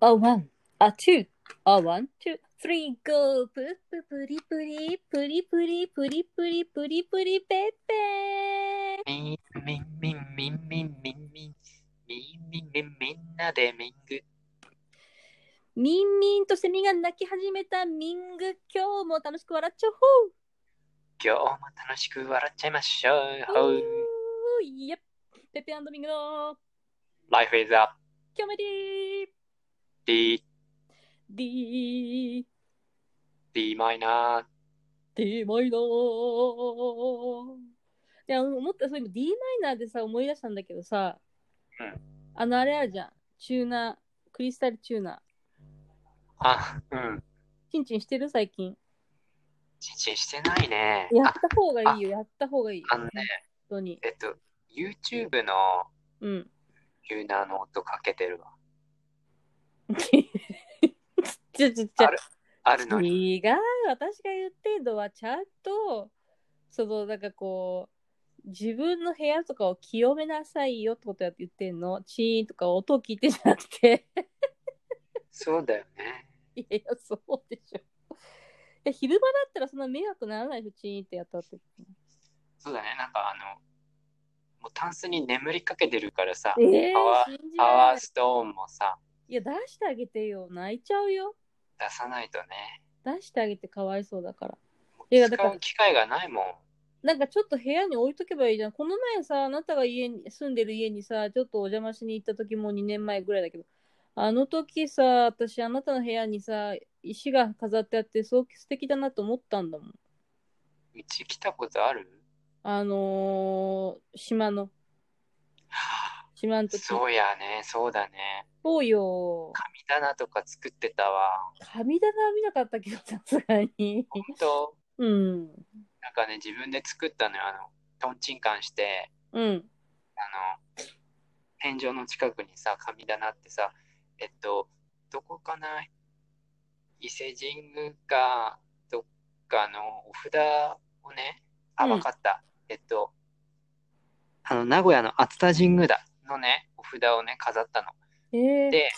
あ、ワン、あ、ツー、あ、ワン、ツー、スリー、ゴー、プルププリプリ、プリプリ、プリプリ、プリプリ、ペッペー。みんみんみんみんみんみんみんみんみんみんみんなでみんぐミンミンとセミが鳴き始めたミング、今日も楽しく笑っちゃおう。今日も楽しく笑っちゃいましょうほううーいや、ペッペミングの Life is up 今日もディー、 D ディー、 D マイナーディーマイナー。いや、思った、そういうの D マイナーでさ、思い出したんだけどさ、うんあの、あれあるじゃん。チューナー、クリスタルチューナー。あうんチンチンしてる最近。チンチンしてないねやっあた方がいいよ、やった方がいいよ。あのね本当に。えっと YouTube のうん。チューナーの音かけてるわちょちょちょあるあるのに違う、私が言ってんのは、ちゃんと、その、なんかこう、自分の部屋とかを清めなさいよってことやって言ってんの。チーンとか音を聞いてんじゃなくて。 そうだよねいや、そうでしょ。いや、昼間だったらそんな迷惑ならないでしょ、チーンってやったって。そうだねなんかあのもうタンスに眠りかけてるからさええパワー信じパらワれーない。ストーンもさいや、出してあげてよ。泣いちゃうよ。出さないとね出してあげてかわいそうだから。もういやだか使らう機会がないもんなんかちょっと部屋に置いとけばいいじゃん。この前さ、あなたが家に住んでる家にさ、ちょっとお邪魔しに行った時も2年前ぐらいだけど、あの時さ、私あなたの部屋にさ、石が飾ってあって、すごく素敵だなと思ったんだもん。うち来たこ とあるあのー、島の、島の時。そそうやね、そうだね。うよ。神棚とか作ってたわ。神棚は見なかったけど、さすが に。本当うん。なんかね、自分で作ったのよ。あの、トンチンカンして、うん。あの、天井の近くにさ、神棚ってさ、えっと、どこかな伊勢神宮か、どっかのお札をね、あ、うんわかった。えっと、あの、名古屋の熱田神宮だのね、お札をね、飾ったの。えーで、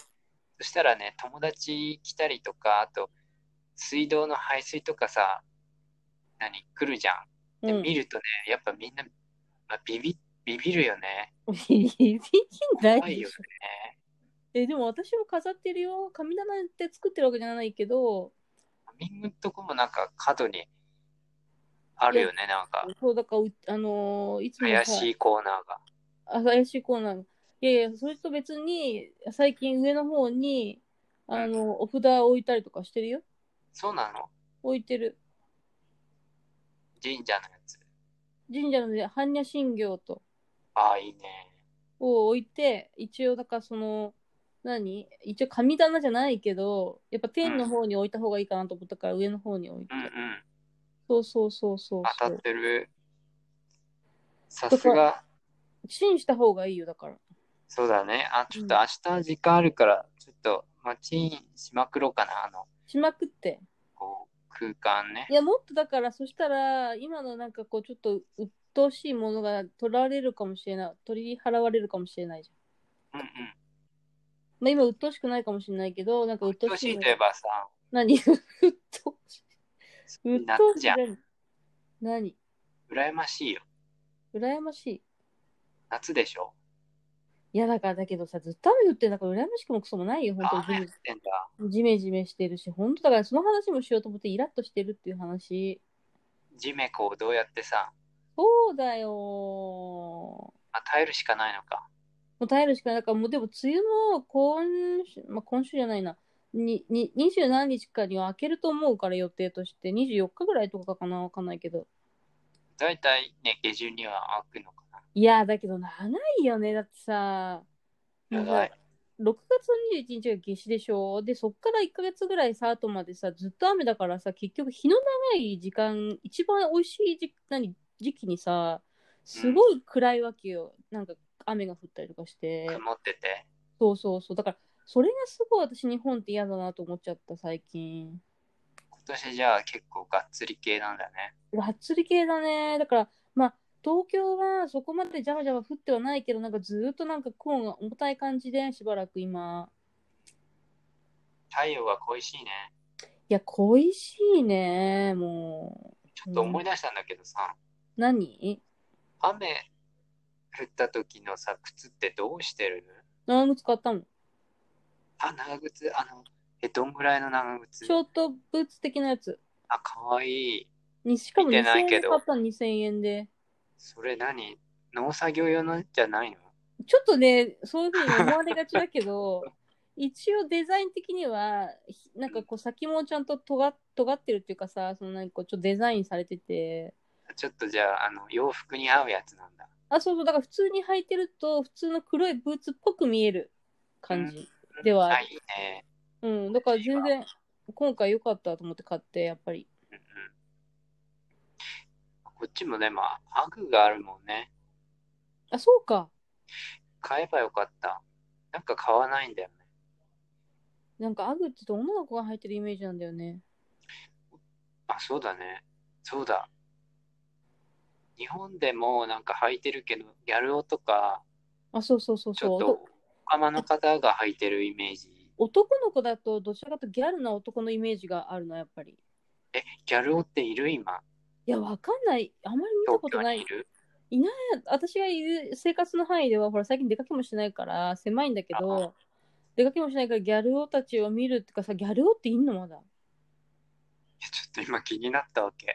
そしたらね、友達来たりとか、あと、水道の排水とかさ、何、来るじゃん。うで、ん、 見るとね、やっぱみんな、まあ、ビビ、ビビるよね。ビビんない怖いでよしょね。え、でも私も飾ってるよ。神棚って作ってるわけじゃないけど、みんなとこもなんか角にあるよね、なんか、そうだからう、あのーいつもさ怪しいコーナーが。あ怪しいコーナー。いやいや、それと別に、最近上の方に、あの、お札を置いたりとかしてるよ。そうなの置いてる。神社のやつ。神社のね、般若心経と、ああ、いいね。を置いて、一応、だからその、何一応神棚じゃないけど、やっぱ天の方に置いた方がいいかなと思ったから、上の方に置いてうん。うん。そうそうそうそうそ当たっう。てる。さすが。チンした方がいいよ、だから。そうだね。あ、ちょっと明日時間あるから、ちょっと、まあ、チンしまくろうかな。あの、しまくって。こう、空間ねい。や、もっとだから、そしたら、今のなんかこう、ちょっと鬱陶しいものが取られるかもしれない。取り払われるかもしれないじゃん。うんうん。まあ、今、鬱陶しくないかもしれないけど、なんか鬱陶女しい子の。といえばさ、何 鬱陶しい。鬱夏陶しいじゃん。何何羨ましいよ。羨ましい。夏でしょ。いや、だから、だけどさ、ずっと雨降ってるんだから、羨ましくもクソもないよ、本当雨降っにてんだ。ジメジメ。ジメしてるし、本当だから、その話もしようと思って、イラッとしてるっていう話。ジメコをどうやってさ、そうだよー。まあ、耐えるしかないのか。もう耐えるしかない。だからもうでも梅雨も今週、まあ、今週じゃないな。にに二十何日かには明けると思うから予定として24日ぐらいとかかなわかんないけどだいたいね、下旬には開くのかいやーだけど長いよねだってさな。もうさ長い。 6月の21日が夏至でしょでそっから1ヶ月ぐらいさ後までさずっと雨だからさ結局日の長い時間一番美味しい時何時期にさすごい暗いわけよ、なんか雨が降ったりとかして曇ってて。そうそうそう。だから、それがすごい私、日本って嫌だなと思っちゃった、最近。今年じゃあ結構がっつり系なんだね。がっつり系だね。だから、まあ、東京はそこまでジャバジャバ降ってはないけど、なんかずーっとなんか雲が重たい感じで、しばらく今。太陽が恋しいね。いや、恋しいね、もう。ちょっと思い出したんだけどさ、何雨降った時のさ、靴ってどうしてる長靴買ったのあ、長靴、あの、え、どんぐらいの長靴ショートブーツ的なやつ。あ、かわいい。にしかも見2000てない円けでど買ったの2000円で。それ何農作業用のじゃないのちょっとね、そういうふうに思われがちだけど、 一応デザイン的には、ひなんかこう先もちゃんと尖っ尖ってるっていうかさ、そのなんかこうちょっとデザインされてて、ちょっとじゃあ、あの、洋服に合うやつなんだ。あ、そうそう、だから普通に履いてると、普通の黒いブーツっぽく見える感じ。ではあ、いいね。うん、だから全然、今回良かったと思って買って、やっぱり。うんうん。こっちもね、まあ、ハグがあるもんね。あ、そうか。買えばよかった。なんか買わないんだよね。なんかアグって言うと女の子が履いてるイメージなんだよね。あ、そうだね。そうだ。日本でもなんか履いてるけど、ギャル男とか、あ、そうそうそうちそょっう。と、おかまの方が履いてるイメージ。男の子だとどちらかというとギャルな男のイメージがあるのやっぱりえ、ギャル男っている今。いやわかんないあまり見た東こと京なにいいる私がいる生活の範囲ではほら最近出かけもしないから狭いんだけあど出かけもしないからギャル男たちを見るっていうかさギャル男っていんのまだいやちょっと今気になったわけ。ち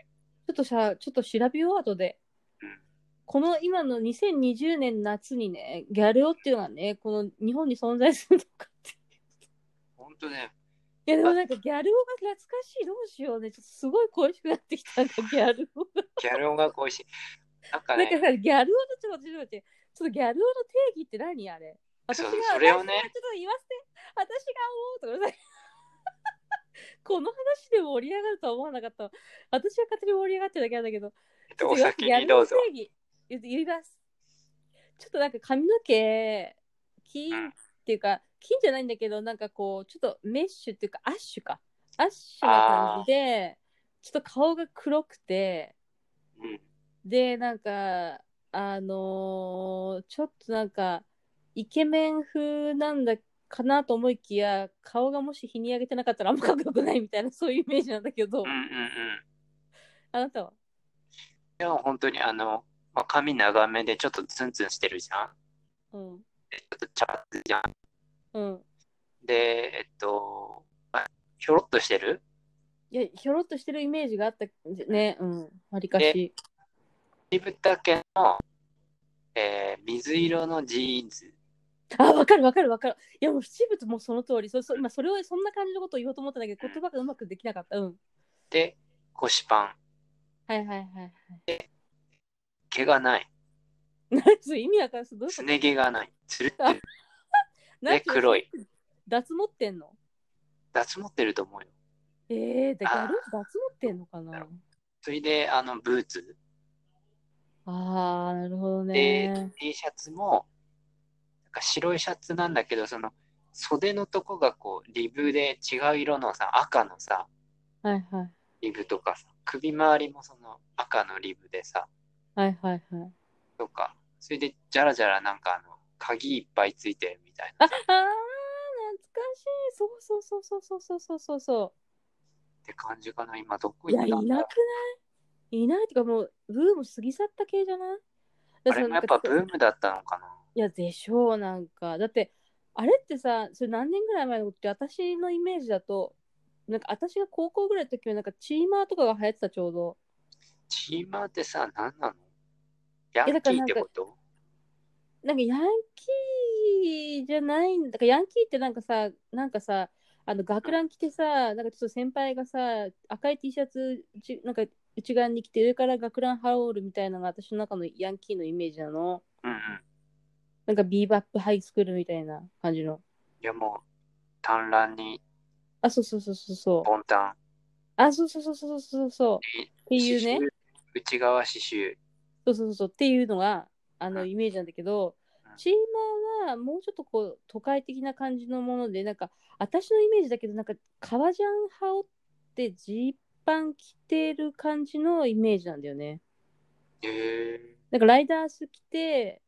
ょっとさちょっと調べよう後で、うんこの今の2020年夏にねギャル男っていうのはねこの日本に存在するのかってほんとね、いやでもなんかギャル男が懐かしいどうしようねちょっとすごい恋しくなってきたんだギャル男ギャル男が恋しい。なんかなんかね、さ、ギャル男のちょっと待って、ちょっと待って、ちょっとギャル男の定義って何あれ私そうが、それをね私がちょっと言わせて、私が思うとかさ、 この話で盛り上がるとは思わなかったわ。私が勝手に盛り上がってるだけなんだけど、えっとお先にどうぞ。ギャルの定義言う言います。ちょっとなんか髪の毛、う金んっていうか、金じゃないんだけど、なんかこう、ちょっとメッシュっていうか、アッシュか。アッシュな感じで、ちょっと顔が黒くて、うん。で、なんか、あのーちょっとなんか、イケメン風なんだかなと思いきや、顔がもし日に焼けてなかったらあんまかっこよくないみたいな、 そういうイメージなんだけどうんう、んうん。あなたはでも本当にあの、まあ、髪長めでちょっとツンツンしてるじゃん。うん。でちょっと茶髪じゃん。うん。で、えっと、まあひょろっとしてるいや、ひょろっとしてるイメージがあったね。うん。わりかし。リブタケの、えー水色のジーンズ。あ、わかるわかるわかる。いや、もう七分もその通り。そそ今、それを、そんな感じのことを言おうと思ったんだけど、言葉がうまくできなかった。うん。で、腰パン。はいはいはい はい。毛がない。何それ意味わかんない。どういうこすとね毛がない。つるってる。何で、それ黒い。脱毛ってんの脱毛ってると思うよ。ええー、だからあーギャル男脱持ってんのかななるそれで、あの、ブーツ。ああ、なるほどで、ね。 T シャツも、なんか白いシャツなんだけど、その、袖のとこがこう、リブで違う色のさ、赤のさ、はいはい。リブとかさ、首周りもその赤のリブでさ、はいはいはい。とか、それで、じゃらじゃらなんかあの、鍵いっぱいついてるみたいああなー、さ。懐かしい。そうそうそうそうそうそうそうそうそって感じかな今どこう。い行や、っいたなんくなだろういいないってかもう、ブーム過ぎ去った系じゃないだあれもやっなぱんブかームだったのかないや、でしょう、なんか。だって、あれってさ、それ何年ぐらい前のことって、私のイメージだと、なんか私が高校ぐらいの時は、なんかチーマーとかが流行ってた、ちょうど。チーマーってさ何なのヤやンだキからーなっんてかことなんかヤンキーじゃないんだからヤンキーってなんかさなんかさあの学ラン着てさなんかちょっと先輩がさ赤い T シャツじなんか内側に着て上から学ラン羽織るみたいなのが私の中のヤンキーのイメージなのうんうんなんかビーバップハイスクールみたいな感じのいやもう単乱にあそうそうそうそうそうボンタンあそうそうそうそうそうそうっていうね刺繍内側刺繍そうそうそうそうっていうのがあうのんイメージなんだけど、うんチーマーはもうちょっとこう都会的な感じのものでなんか私のイメージだけどなんか革ジャン羽織ってジーパン着てる感じのイメージなんだよね。へえなんかライダース着て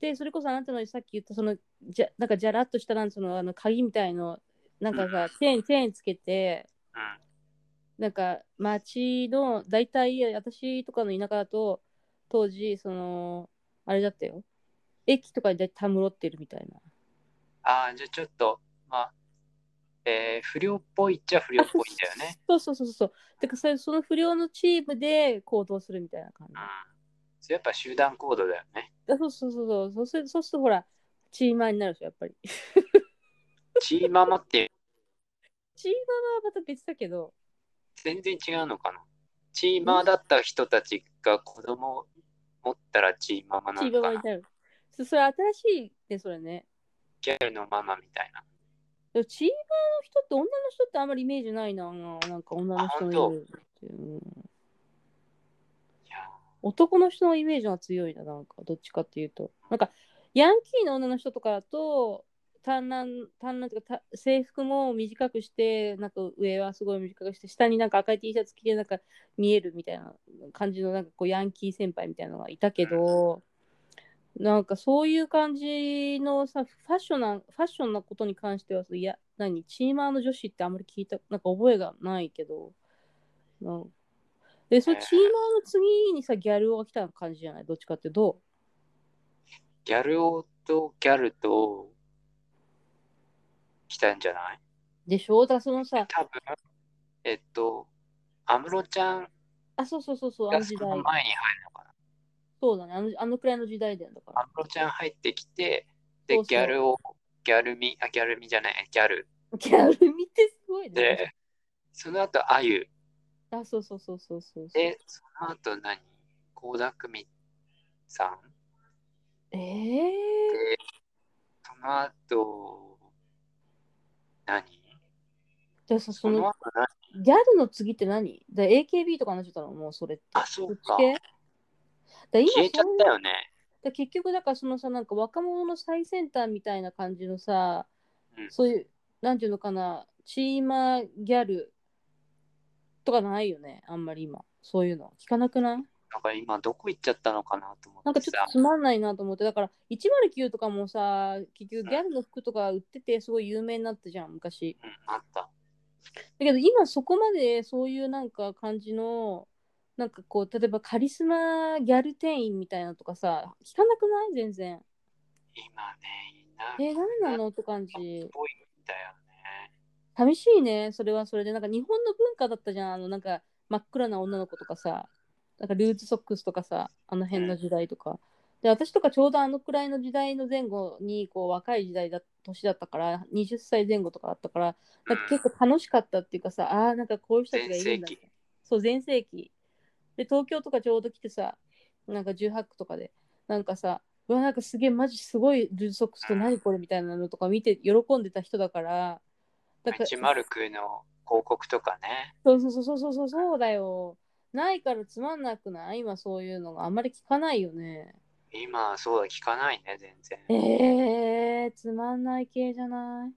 でそれこそあなたのさっき言ったそのじゃなんかじゃらっとしたなんそのあの鍵みたいのなんかさ、チェーン、チェーンつけて、なんか町の、大体私とかの田舎だと、当時、その、あれだったよ。駅とかに大体たむろってるみたいな。ああ、じゃあちょっと、まあ、えー不良っぽいっちゃ不良っぽいんだよね。そうそうそうそう。てかそれその不良のチームで行動するみたいな感じうん。。それやっぱ集団行動だよね。あそうそうそうそう。そうするそうするとほら、チーマーになるでしょ、やっぱり。チーママってチーマーはまた別だけど、全然違うのかな。チーマーだった人たちが子供を持ったらチーママなチのーマかーなに。なる。そそれ新しいね、それね。ギャルのママみたいな。でもチーマーの人って女の人ってあんまりイメージないな。なんか女の人のイメージっていううんいや男の人のイメージが強いな、なんか、どっちかっていうと。なんか、ヤンキーの女の人とかだと、単乱、単乱というか、た制服も短くして、なんか上はすごい短くして、下になんか赤い T シャツ着て、なんか見えるみたいな感じの、なんかこう、ヤンキー先輩みたいなのがいたけど、なんかそういう感じのさ、ファッションな、ファッションなことに関しては、いや、何、チーマーの女子ってあんまり聞いた、なんか覚えがないけど、なんで、それえーチーマーの次にさ、ギャル男が来た感じじゃないどっちかってどギャル男とギャルと来たんじゃないうでしょだからそのさ、多分、えっと、安室ちゃんあ、そうそうそうそう、あがのそ時の代。前に入るのかな。そうだね、あのあのくらいの時代だよ、だから。安室ちゃん入ってきて、で、そうそうギャルを、ギャルみ、あ、ギャルみじゃない、ギャル。ギャル見てすごいね。で、その後、あゆ。あ、そうそうそうそうそうそう。で、その後何、倖田來未さん。えー、、でその後、何でさ、そそのの後何ギャルの次って何だ ?AKB とかになっちゃったのもうそれって。あ、そうそかっち。系だ今消えちゃっそういうたよね。だ結局だからそのさなんか若者の最先端みたいな感じのさ、うんそういうなんていうのかなチーマーギャルとかないよねあんまり今そういうの聞かなくないなんか今、どこ行っちゃったのかなと思なんってかちょさっと。つまんないなと思ってだから109とかもさ結局ギャルの服とか売っててすごい有名になったじゃん昔うん、あった。だけど今そこまでそういうなんか感じのなんかこう例えばカリスマギャル店員みたいなのとかさ聞かなくない全然今ね、いなえいー、何なのって感じっぽいんだよね。寂しいね、それはそれで。なんか日本の文化だったじゃん、あのなんか真っ暗な女の子とかさ、なんかルーツソックスとかさ、あの辺の時代とか。で、私とかちょうどあのくらいの時代の前後に、こう若い時代だ、年だったから、20歳前後とかだったから、なんか結構楽しかったっていうかさ、ああ、なんかこういう人たちがいるんだ全盛期。そう、全盛期。で、東京とかちょうど来てさ、なんか18区とかで、なんかさ、うわ、なんかすげえ、マジすごいルーズソックスと何これみたいなのとか見て喜んでた人だから、だから109の広告とかね。そうそうそうそうそうそうだよ。ないからつまんなくない今そういうのがあんまり聞かないよね。今、そうだ、聞かないね、全然。えー、つまんない系じゃないなん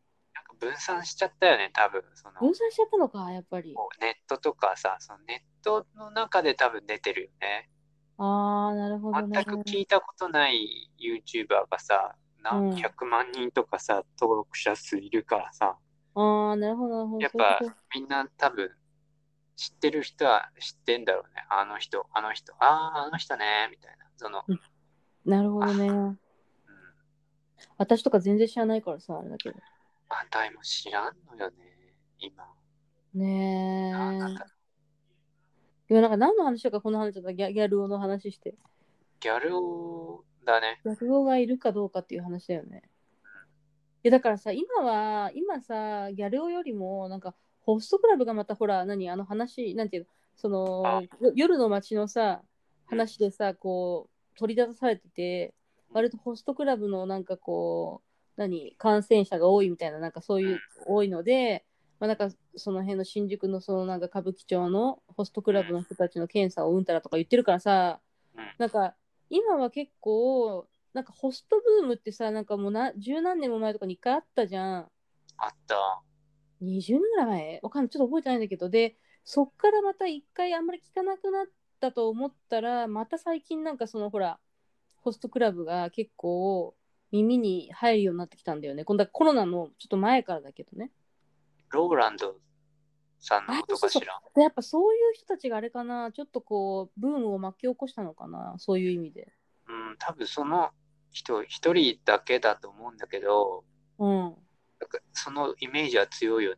か分散しちゃったよね、多分。その分散しちゃったのか、やっぱり。こうネットとかさ、そのネットの中で多分出てるよね。あー、なるほどね全。く聞いたことない YouTuber がさ、うん何百万人とかさ、登録者数いるからさ、あー、なるほど、なるほど。やっぱそういうこみんな多分、知ってる人は知ってんだろうね。あの人、あの人、ああ、あの人ね、みたいな。その、となるほどね。うん、私とか全然知らないからさ、あれだけど。あたいも知らんのよね、今。ねあなんえか。いや、なんか何の話だかこの話だったギャギャル男の話して。ギャル男だね。落語がいるかどうかっていう話だよね。いやだからさ今は今さギャル男よりもなんかホストクラブがまたほら何あの話なんていうのそのよ夜の街のさ話でさこう取り立たされてて割とホストクラブのなんかこう何感染者が多いみたいななんかそういう多いので、まあ、なんかその辺の新宿のそのなんか歌舞伎町のホストクラブの人たちの検査をうんたらとか言ってるからさうんなんか今は結構なんかホストブームってさなんかもうな十何年も前とかに一回あったじゃんあった。 20年ぐらい前わかんないちょっと覚えてないんだけどでそっからまた一回あんまり聞かなくなったと思ったらまた最近なんかそのほらホストクラブが結構耳に入るようになってきたんだよね今度はコロナのちょっと前からだけどねローランドさんのことかしら。でやっぱそういう人たちがあれかな、ちょっとこう、ブームを巻き起こしたのかな、そういう意味で。うん、多分その人、一人だけだと思うんだけど、うん。なんかそのイメージは強いよね。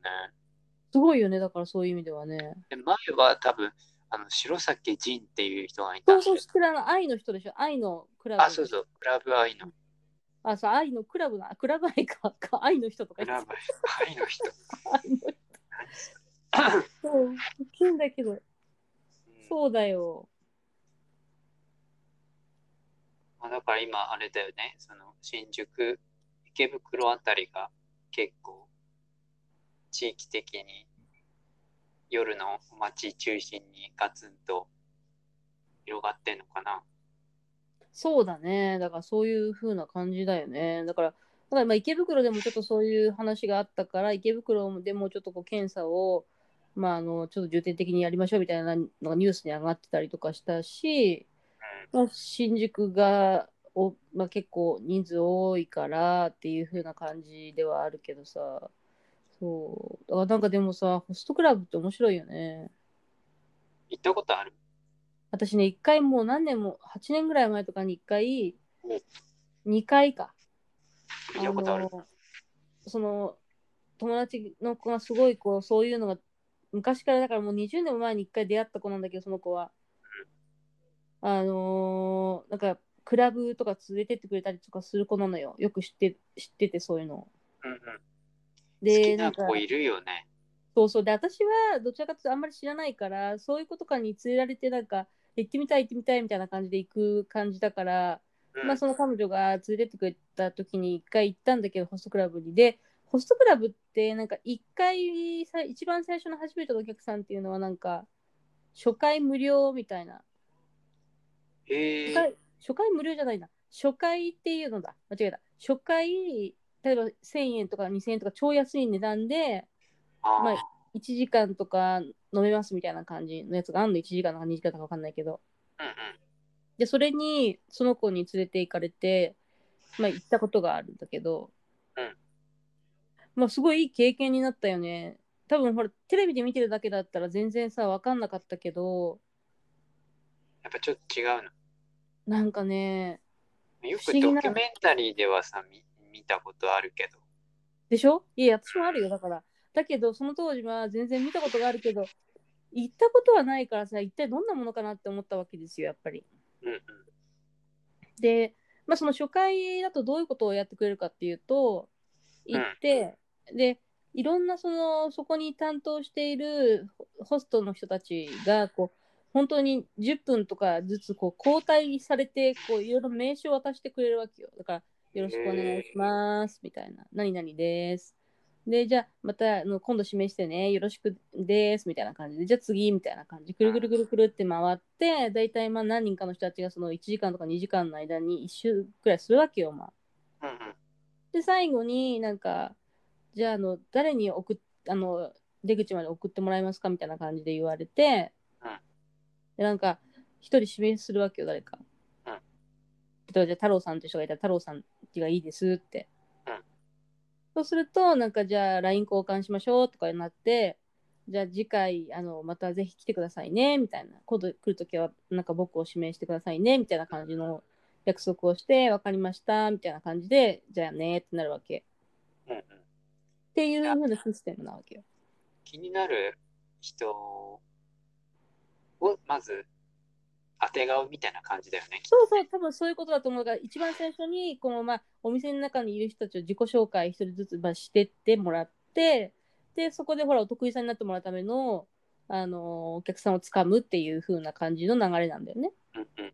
すごいよね、だからそういう意味ではね。で前は多分、あの、白崎仁っていう人がいたそんうそですよう、知ってるあの愛の人でしょ、愛のクラブ。あ、そうそう、クラブアイの、あ、そう、愛のクラブな、クラブ愛か、か愛の人とかク言っラてブ愛の 人。た愛の人。そう、大きいんだけど、うんそうだよ。まあ、だから今、あれだよね、その新宿、池袋あたりが結構、地域的に夜の街中心にガツンと広がってんのかな。そうだね。だからそういう風な感じだよね。だから、だからまあ池袋でもちょっとそういう話があったから、池袋でもちょっとこう検査を、まあ、あのちょっと重点的にやりましょうみたいなのがニュースに上がってたりとかしたし、まあ、新宿がお、まあ、結構人数多いからっていう風な感じではあるけどさ、そう。だからなんかでもさ、ホストクラブって面白いよね。行ったことある私ね、一回もう何年も、8年ぐらい前とかに一回お、 2回か。見たことある。のその友達の子がすごいこうそういうのが昔からだからもう20年も前に一回出会った子なんだけどその子はあのーなんかクラブとか連れてってくれたりとかする子なのよよく知って知っててそういうのをうんうん、好できなんなか子いるよね。そうそうで私はどちらかというとあんまり知らないからそういう子とかに連れられてなんか行ってみたい行ってみたいみたいな感じで行く感じだからうんまあ、その彼女が連れてってくれた時に一回行ったんだけどホストクラブにでホストクラブってなんか一回さ一番最初の初めてのお客さんっていうのはなんか初回無料みたいなえ初ー回初回無料じゃないな初回っていうのだ間違えた初回例えば1000円とか2000円とか超安い値段であまーあ1時間とか飲めますみたいな感じのやつがあんの1時間とか2時間とか分かんないけどうんうんでそれにその子に連れて行かれて、まあ、行ったことがあるんだけど、うんまあすごいいい経験になったよね多分ほらテレビで見てるだけだったら全然さ分かんなかったけどやっぱちょっと違うなんかねの。よ不く思議なドキュメンタリーではさ、み見たことあるけど。でしょいや私もあるよだからだけどその当時は全然見たことがあるけど行ったことはないからさ一体どんなものかなって思ったわけですよやっぱりうんうんで、まあ、その初回だとどういうことをやってくれるかっていうと行って、でいろんなそのそこに担当しているホホストの人たちがこう本当に10分とかずつこう交代されてこういろいろ名刺を渡してくれるわけよだからよろしくお願いしますみたいな何々ですでじゃあまたあの今度示してねよろしくですみたいな感じでじゃあ次みたいな感じくるくるくるくるって回って大体まあ何人かの人たちがその1時間とか2時間の間に1周くらいするわけよまあうんうんで最後になんかじゃああの誰に送っあの出口まで送ってもらえますかみたいな感じで言われて、うんでなんか一人指名するわけよ誰か、うん例えばじゃあ太郎さんって人がいたら太郎さんがいいですって、うんそうするとなんかじゃあ LINE 交換しましょうとかになってじゃあ次回あのまたぜひ来てくださいねみたいな今度来るときはなんか僕を指名してくださいねみたいな感じの約束をして分かりましたみたいな感じでじゃあねってなるわけうんうん。っていうふうなシステムなわけよ。気になる人をまず当てがうみたいな感じだよね。そうそう、多分そういうことだと思うから、一番最初に、このまあ、お店の中にいる人たちを自己紹介一人ずつ、まあ、してってもらって、で、そこでほら、お得意さんになってもらうための、あのーお客さんをつかむっていう風な感じの流れなんだよね。うん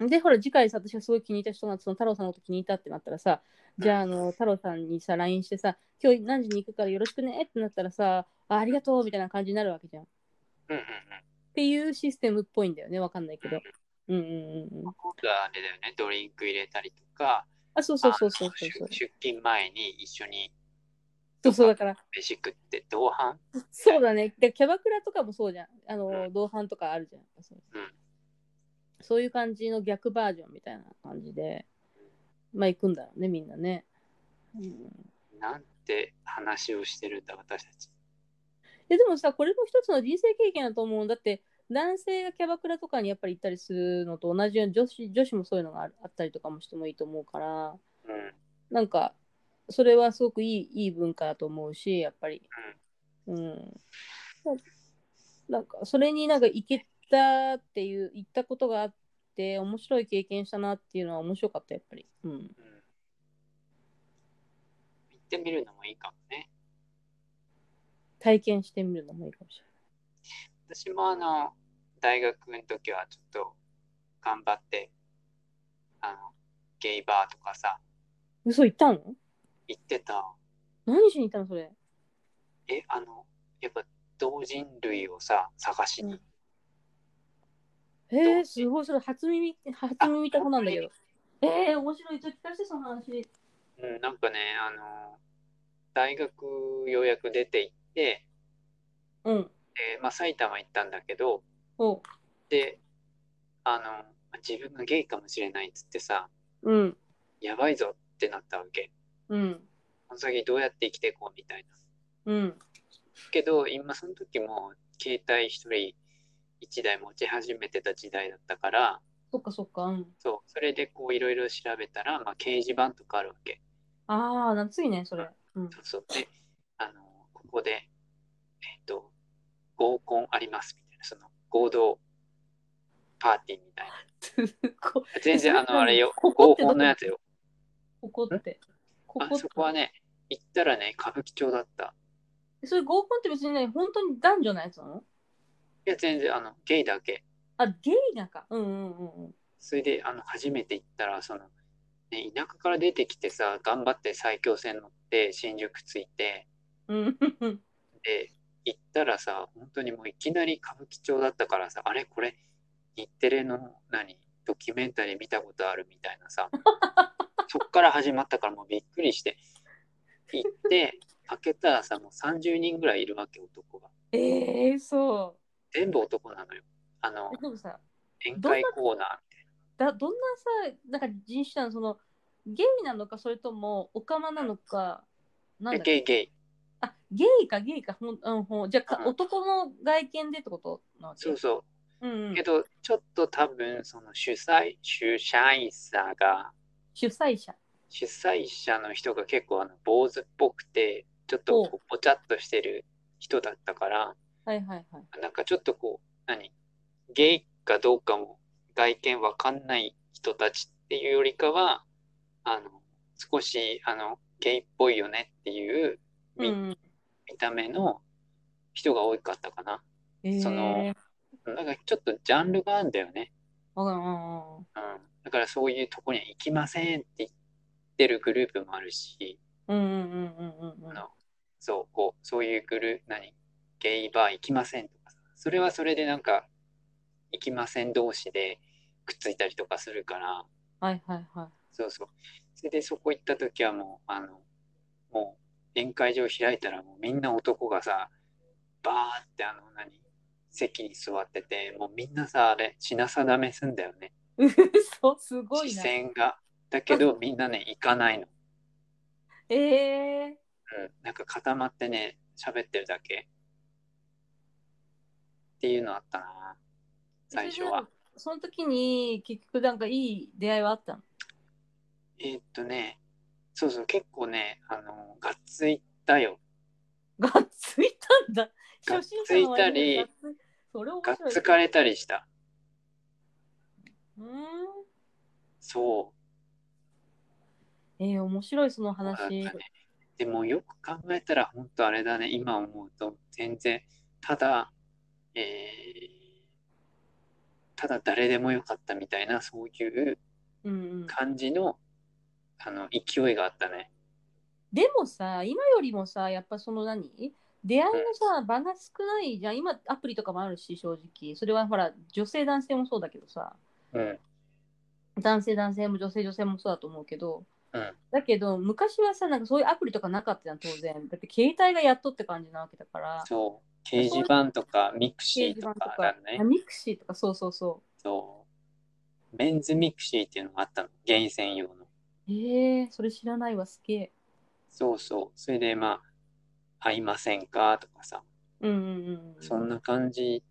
うん。で、ほら、次回さ、私がすごい気に入った人が、その太郎さんのこと気に入ったってなったらさ、じゃあ、あの、太郎さんにさ、LINE してさ、今日何時に行くからよろしくねってなったらさ、あありがとうみたいな感じになるわけじゃん。っうんうんうん。ていうシステムっぽいんだよね。わかんないけど。うんうんうんうん。今度はあれだよね。ドリンク入れたりとか、あ、そうそうそうそうそうあそのう出。出勤前に一緒にそうそうだから、飯食って同伴そうだね。で、キャバクラとかもそうじゃん。あうの、同伴とかあるじゃん。そううんそういう感じの逆バージョンみたいな感じで、まあ行くんだろうね、みんなね。うんなんて話をしてるんだ、私たち。ででもさこれも一つの人生経験だと思うだって男性がキャバクラとかにやっぱり行ったりするのと同じように女子女子もそういうのがあるあったりとかもしてもいいと思うからうん。なんかそれはすごくいいいい文化だと思うしやっぱり、うん、なんかそれになんか行けたっていう行ったことがあって面白い経験したなっていうのは面白かったやっぱり、うん、うん。行ってみるのもいいかもね。体験してみるのもいいかもしれない。私もあの、大学の時はちょっと頑張って、あの、ゲイバーとかさ、嘘行ったの行ってた。何しに行ったのそれえ、あの、やっぱ同人類をさ、探しに。えー、すごいそれ初耳初耳見た子なんだけどえー、面白いちょっと聞かせてその話うん、なんかね、あの、大学ようやく出て行って、うんでまあ、埼玉行ったんだけど、おで、あの、自分がゲイかもしれないっつってさ、うんやばいぞってなったわけ。うんこの先どうやって生きていこうみたいな。うんけど、今その時も携帯一人一台持ち始めてた時代だったから、そっかそっかうんそう、それでこういろいろ調べたら、まあ掲示板とかあるわけ。ああ夏いねそれ うんそうそう。で、あの、ここで、えっと、合コンありますみたいな、その合同パーティーみたいな。こ全然あそれの、あれよ、ここ合ってどこコンのやつよ。ここってこあこっそこはてね、行ったらね、歌舞伎町だった。それ合コンって別にね本当に男女のやつなのいや、全然、あの、ゲイだけ。あゲイなんかうんうんうんうんそれで、あの、初めて行ったら、その、ね、田舎から出てきてさ、頑張って埼京線乗って、新宿着いて、うんうん で、行ったらさ、本当にもういきなり歌舞伎町だったからさ、あれこれ、日テレの、何、ドキュメンタリー見たことあるみたいな さ、そっから始まったからもうびっくりして、行って、開けたらさ、もう30人ぐらいいるわけ、男が。えー、そ全部男なのよ。あのう、でもさ宴会コーナーみたいだどんなさなんか人種なのそのゲイなのかそれともオカマなのかなんな。でだっけゲイゲイ。あゲイかゲイかほん、うん、ほんじゃあか、うん男の外見でってことなわけ、そうそうんうう。んけ、ど、ちょっと多分、その主催、主催者が、主催者主催者の人が結構あの坊主っぽくて、ちょっとおうこうぽちゃっとしてる人だったから、はいはいはいなんかちょっとこう、何ゲイかどうかも外見わかんない人たちっていうよりかは、あの、少し、あの、ゲイっぽいよねっていううみん見た目の人が多かったかな。うん、そのえーなんかちょっとジャンルがあるんだよね。うんうんうんうん。だからそういうとこには行きませんって言ってるグループもあるし、うんうんうんうんうんうんあの、そう、こう、そういうグループ、何ゲイバー行きませんとかさ、それはそれでなんか、行きません同士でくっついたりとかするから、はいはいはいそうそう。それでそこ行った時はもう、あの、もう宴会場開いたらもうみんな男がさ、バーってあの何、席に座ってて、もうみんなさ、あれ、品定めすんだよね。うそすごい視な線が。だけどみんなね、行かないの。えー、うん。なんか固まってね、喋ってるだけ。っていうのあったな。最初は。その時に結局なんかいい出会いはあったのえーっとね、そうそう、結構ね、あの、がっついたよ。がっついたんだ がっ初心つ者いのた割りにがっついそれ面がっ白いつかれたりした。うーんそう。えー、面白いそのなんか話、ね、でもよく考えたら本当あれだね今思うと全然ただ、えーただ誰でもよかったみたいなそういううんうん、感じのあの勢いがあったねでもさ、今よりもさ、やっぱその何出会いのさ、場が少ないじゃん。今、アプリとかもあるし、正直。それはほら、女性、男性もそうだけどさ、うん男性、男性も女性、女性もそうだと思うけど、うんだけど、昔はさ、なんかそういうアプリとかなかったじゃん、当然。だって、携帯がやっとって感じなわけだから、そう掲示板とかミク掲シー示と板とかかだ、ねあミクシーとか、そうそうそそうメンズミクシーっていうのがあったの厳選用のう。へえー、それ知らないわ、すげえ。そうそうそれでまあ会いませんかとかさうんうんうん。そんな感じ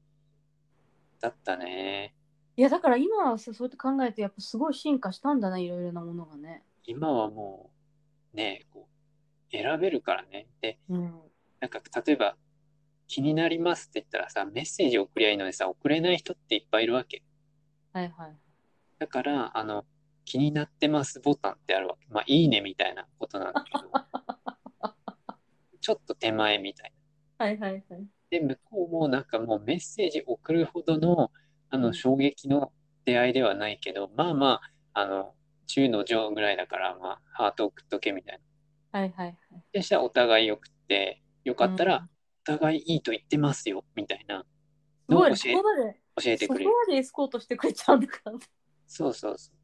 だったね。いやだから今はさそうやって考えるとやっぱすごい進化したんだねいろいろなものがね。今はもう、ね、こう選べるからね。で、うん、なんか例えば、気になりますって言ったらさ、メッセージ送りゃいいのにさ、送れない人っていっぱいいるわけ。はいはい。だから、あの、気になってますボタンってあるわけ。まあ、いいねみたいなことなんだけど、 ちょっと手前みたいな。はいはいはい。で、向こうもなんかもうメッセージ送るほどの、あうの、ん衝撃の出会いではないけど、まあまあ、あの、中の上ぐらいだから、まあ、ハート送っとけみたいな。はいはいはい。でしたらお互いよくって、よかったうらん、お互いいいと言ってますよ、みたいな、すごいねどう教そえこまで教えてそこくまれる。でエスコートしてくれちゃうんだからね。そうそうそう。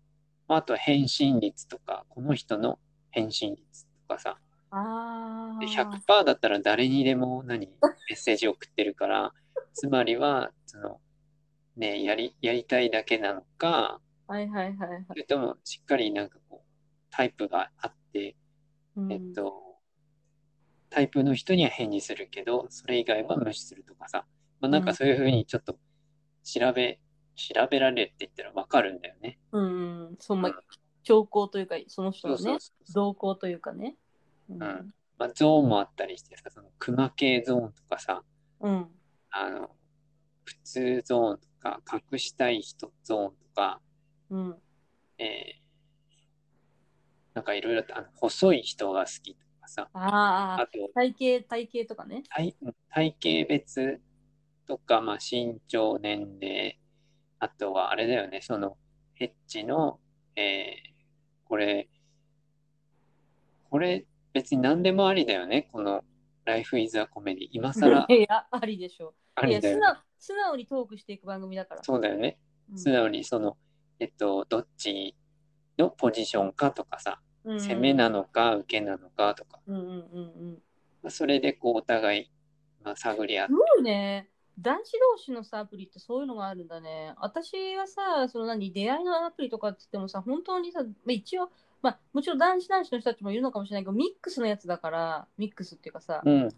あとは返信率とか、この人の返信率とかさ、あであ。 100%だったら誰にでも何、メッセージ送ってるから、つまりは、その、ね、やり、やりたいだけなのか、はいはいはいはいそ。れともしっかりなんかこう、タイプがあって、うんえっと、タイプの人には返事するけど、それ以外は無視するとかさ、まあ、なんかそういうふうにちょっと調べ、調べられるって言ったらわかるんだよね。うん、そのまうん兆候というか、その人のそうね、そうそう。動向というかね。ううん。まあ、ゾーンもあったりしてさ、その熊系ゾーンとかさ、うん。あの、普通ゾーンとか、隠したい人ゾーンとか、うん。えーなんかいろいろと、あの、細い人が好きとかさ、あああ、と、体型、体型とかね。体体型別とか、まあ、身長、年齢、あとはあれだよね、その、ヘッジの、えーこれ、これ別に何でもありだよね、この Life is a Comedy。今更 いや、ありでしょあう。いりやだよ素ね。直、素直にトークしていく番組だから。そうだよね。うん素直にその、えっと、どっちのポジションかとかさ、うん攻めなのか受けなのかとか、うんうんうんうん。まあそれでこうお互い、まあ、探り合っすて、ごいね。男子同士のさアプリってそういうのがあるんだね。私はさ、その何、出会いのアプリとかって言ってもさ、本当にさ、まあ、一応、まあ、もちろん男子男子の人たちもいるのかもしれないけど、ミックスのやつだから、ミックスっていうかさ、うん、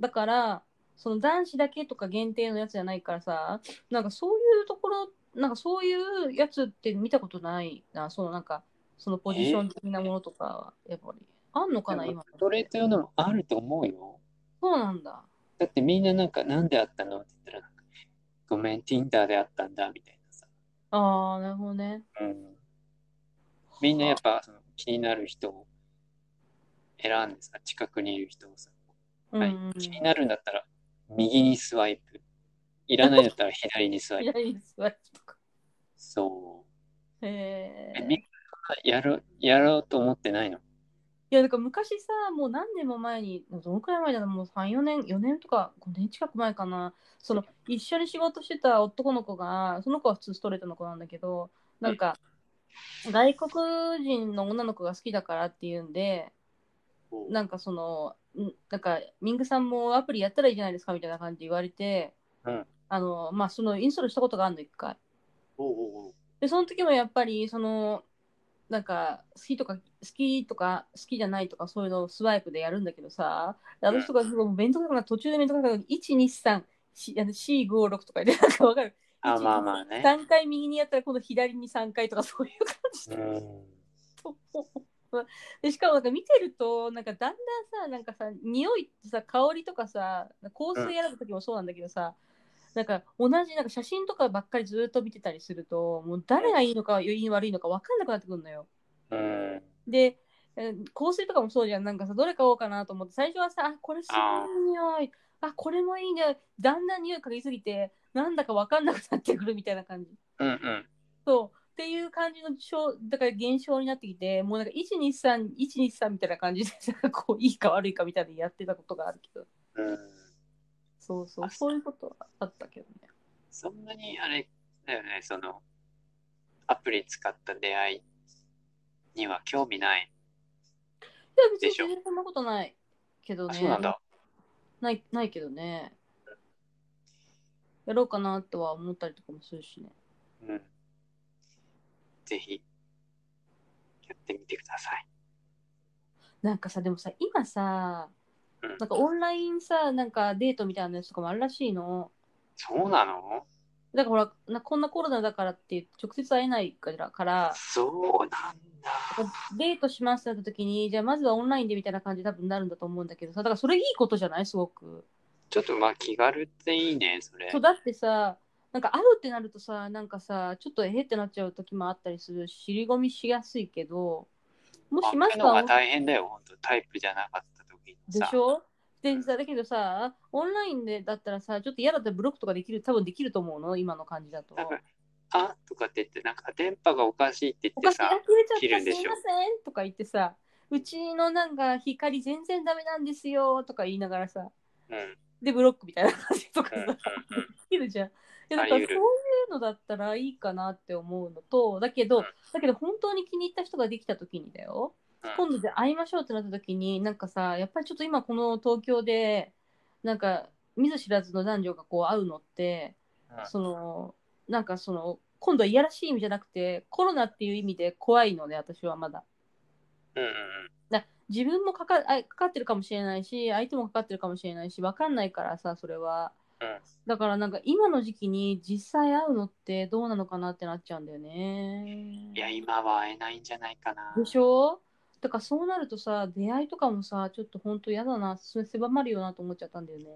だから、その男子だけとか限定のやつじゃないからさ、なんかそういうところ、なんかそういうやつって見たことないな、そのなんか、そのポジション的なものとかは、やっぱり。あんのかな、でも今。それというのもあると思うよ。そうなんだ。だってみんななんか、なんであったのって言ったらなんか、ごめん、Tinder であったんだ、みたいなさ。ああ、なるほどね。うん、みんなやっぱその気になる人を選んでさ、近くにいる人をさ、うんうんうん。気になるんだったら右にスワイプ、いらないんだったら左にスワイい プ。やいいですわとか。そう。へええ。みんいやろうやろうと思ってないのや、だから昔さ、もう何年も前に、どのくらい前だろう、もう3、4年、4年とか5年近く前かな、その、一緒に仕事してた男の子が、その子は普通ストレートの子なんだけど、なんか、外国人の女の子が好きだからっていうんで、なんかその、んなんか、ミングさんもアプリやったらいいじゃないですかみたいな感じで言われて、うんあの、まあ、その、インストールしたことがあるの、一回。おうおうおうでその時もやっぱりそのなんか好きとか好きとか好きじゃないとかそういうのをスワイプでやるんだけどさあの人がすごい面倒くさくなる途中で面倒くさくなる123456とかでなんかわかるあ、まあまあね。 3回右にやったら今度左に3回とかそういう感じうだん。と思う。でしかもなんか見てるとなんかだんだんさなんかさ匂いってさ香りとかさ香水選ぶ時もそうなんだけどさ、なんか同じなんか写真とかばっかりずっと見てたりするともう誰がいいのか良い悪いのか分かんなくなってくるのよ。うん。でえー香水とかもそうじゃんなんかさどれ買おうかなと思って最初はさあこれすごい匂いあこれもいい匂いだんだん匂い嗅ぎすぎてなんだか分かんなくなってくるみたいな感じ。うんうん。そうっていう感じの症だから現象になってきてもうなんか123123みたいな感じでさこういいか悪いかみたいなのやってたことがあるけどうん。そうそうそういうことはあったけどねそんなにあれだよね、その、アプリ使った出会いには興味ない。いや別でしょに全然そんなことないけどあ、ねそうなんだ。ないないけどねやろうかなとは思ったりとかもするしねうん。ぜひ、やってみてください。なんかさでもさ今さうんなんかオンラインさ、なんかデートみたいなやつとかもあるらしいの。そうなのだからほら、なこんなコロナだからって直接会えないから、からそうなんだ。デートしますってなった時に、じゃあまずはオンラインでみたいな感じで多分なるんだと思うんだけどさ、だからそれいいことじゃないすごく。ちょっとまあ気軽っていいね、それそう。だってさ、なんか会うってなるとさ、なんかさ、ちょっとえーってなっちゃう時もあったりするし、尻込みしやすいけど、もしマ巻スくタのーが大変だよ、本当タイプじゃなかった時にでさし。ょでさだけどさ、オンラインでだったらさ、ちょっと嫌だったらブロックとかできる、多分できると思うの、今の感じだと。多分あとかって言って、なんか電波がおかしいってお言菓って子がさ、切れちゃった切るんですしいょませんとか言ってさ、うちのなんか光全然ダメなんですよとか言いながらさ、うん、うん、で、ブロックみたいな感じとかうさ、ん、うん。いるじゃん。いやあだからそりう得いるうのだったらいいかなって思うのと、だけど、うんだけど本当に気に入った人ができた時にだよ、うん今度で会いましょうってなった時に、なんかさ、やっぱりちょっと今この東京で、なんか見ず知らずの男女がこう会うのって、うんその、なんかその、今度はいやらしい意味じゃなくて、コロナっていう意味で怖いのね、私はまだ。うん、自分もかかあかかってるかもしれないし相手もかかってるかもしれないし分かんないからさそれは、うんだからなんか今の時期に実際会うのってどうなのかなってなっちゃうんだよねうん。いや、今は会えないんじゃないかな。でしょだからそうなるとさ出会いとかもさちょっとほんと嫌だなす狭まるよなと思っちゃったんだよね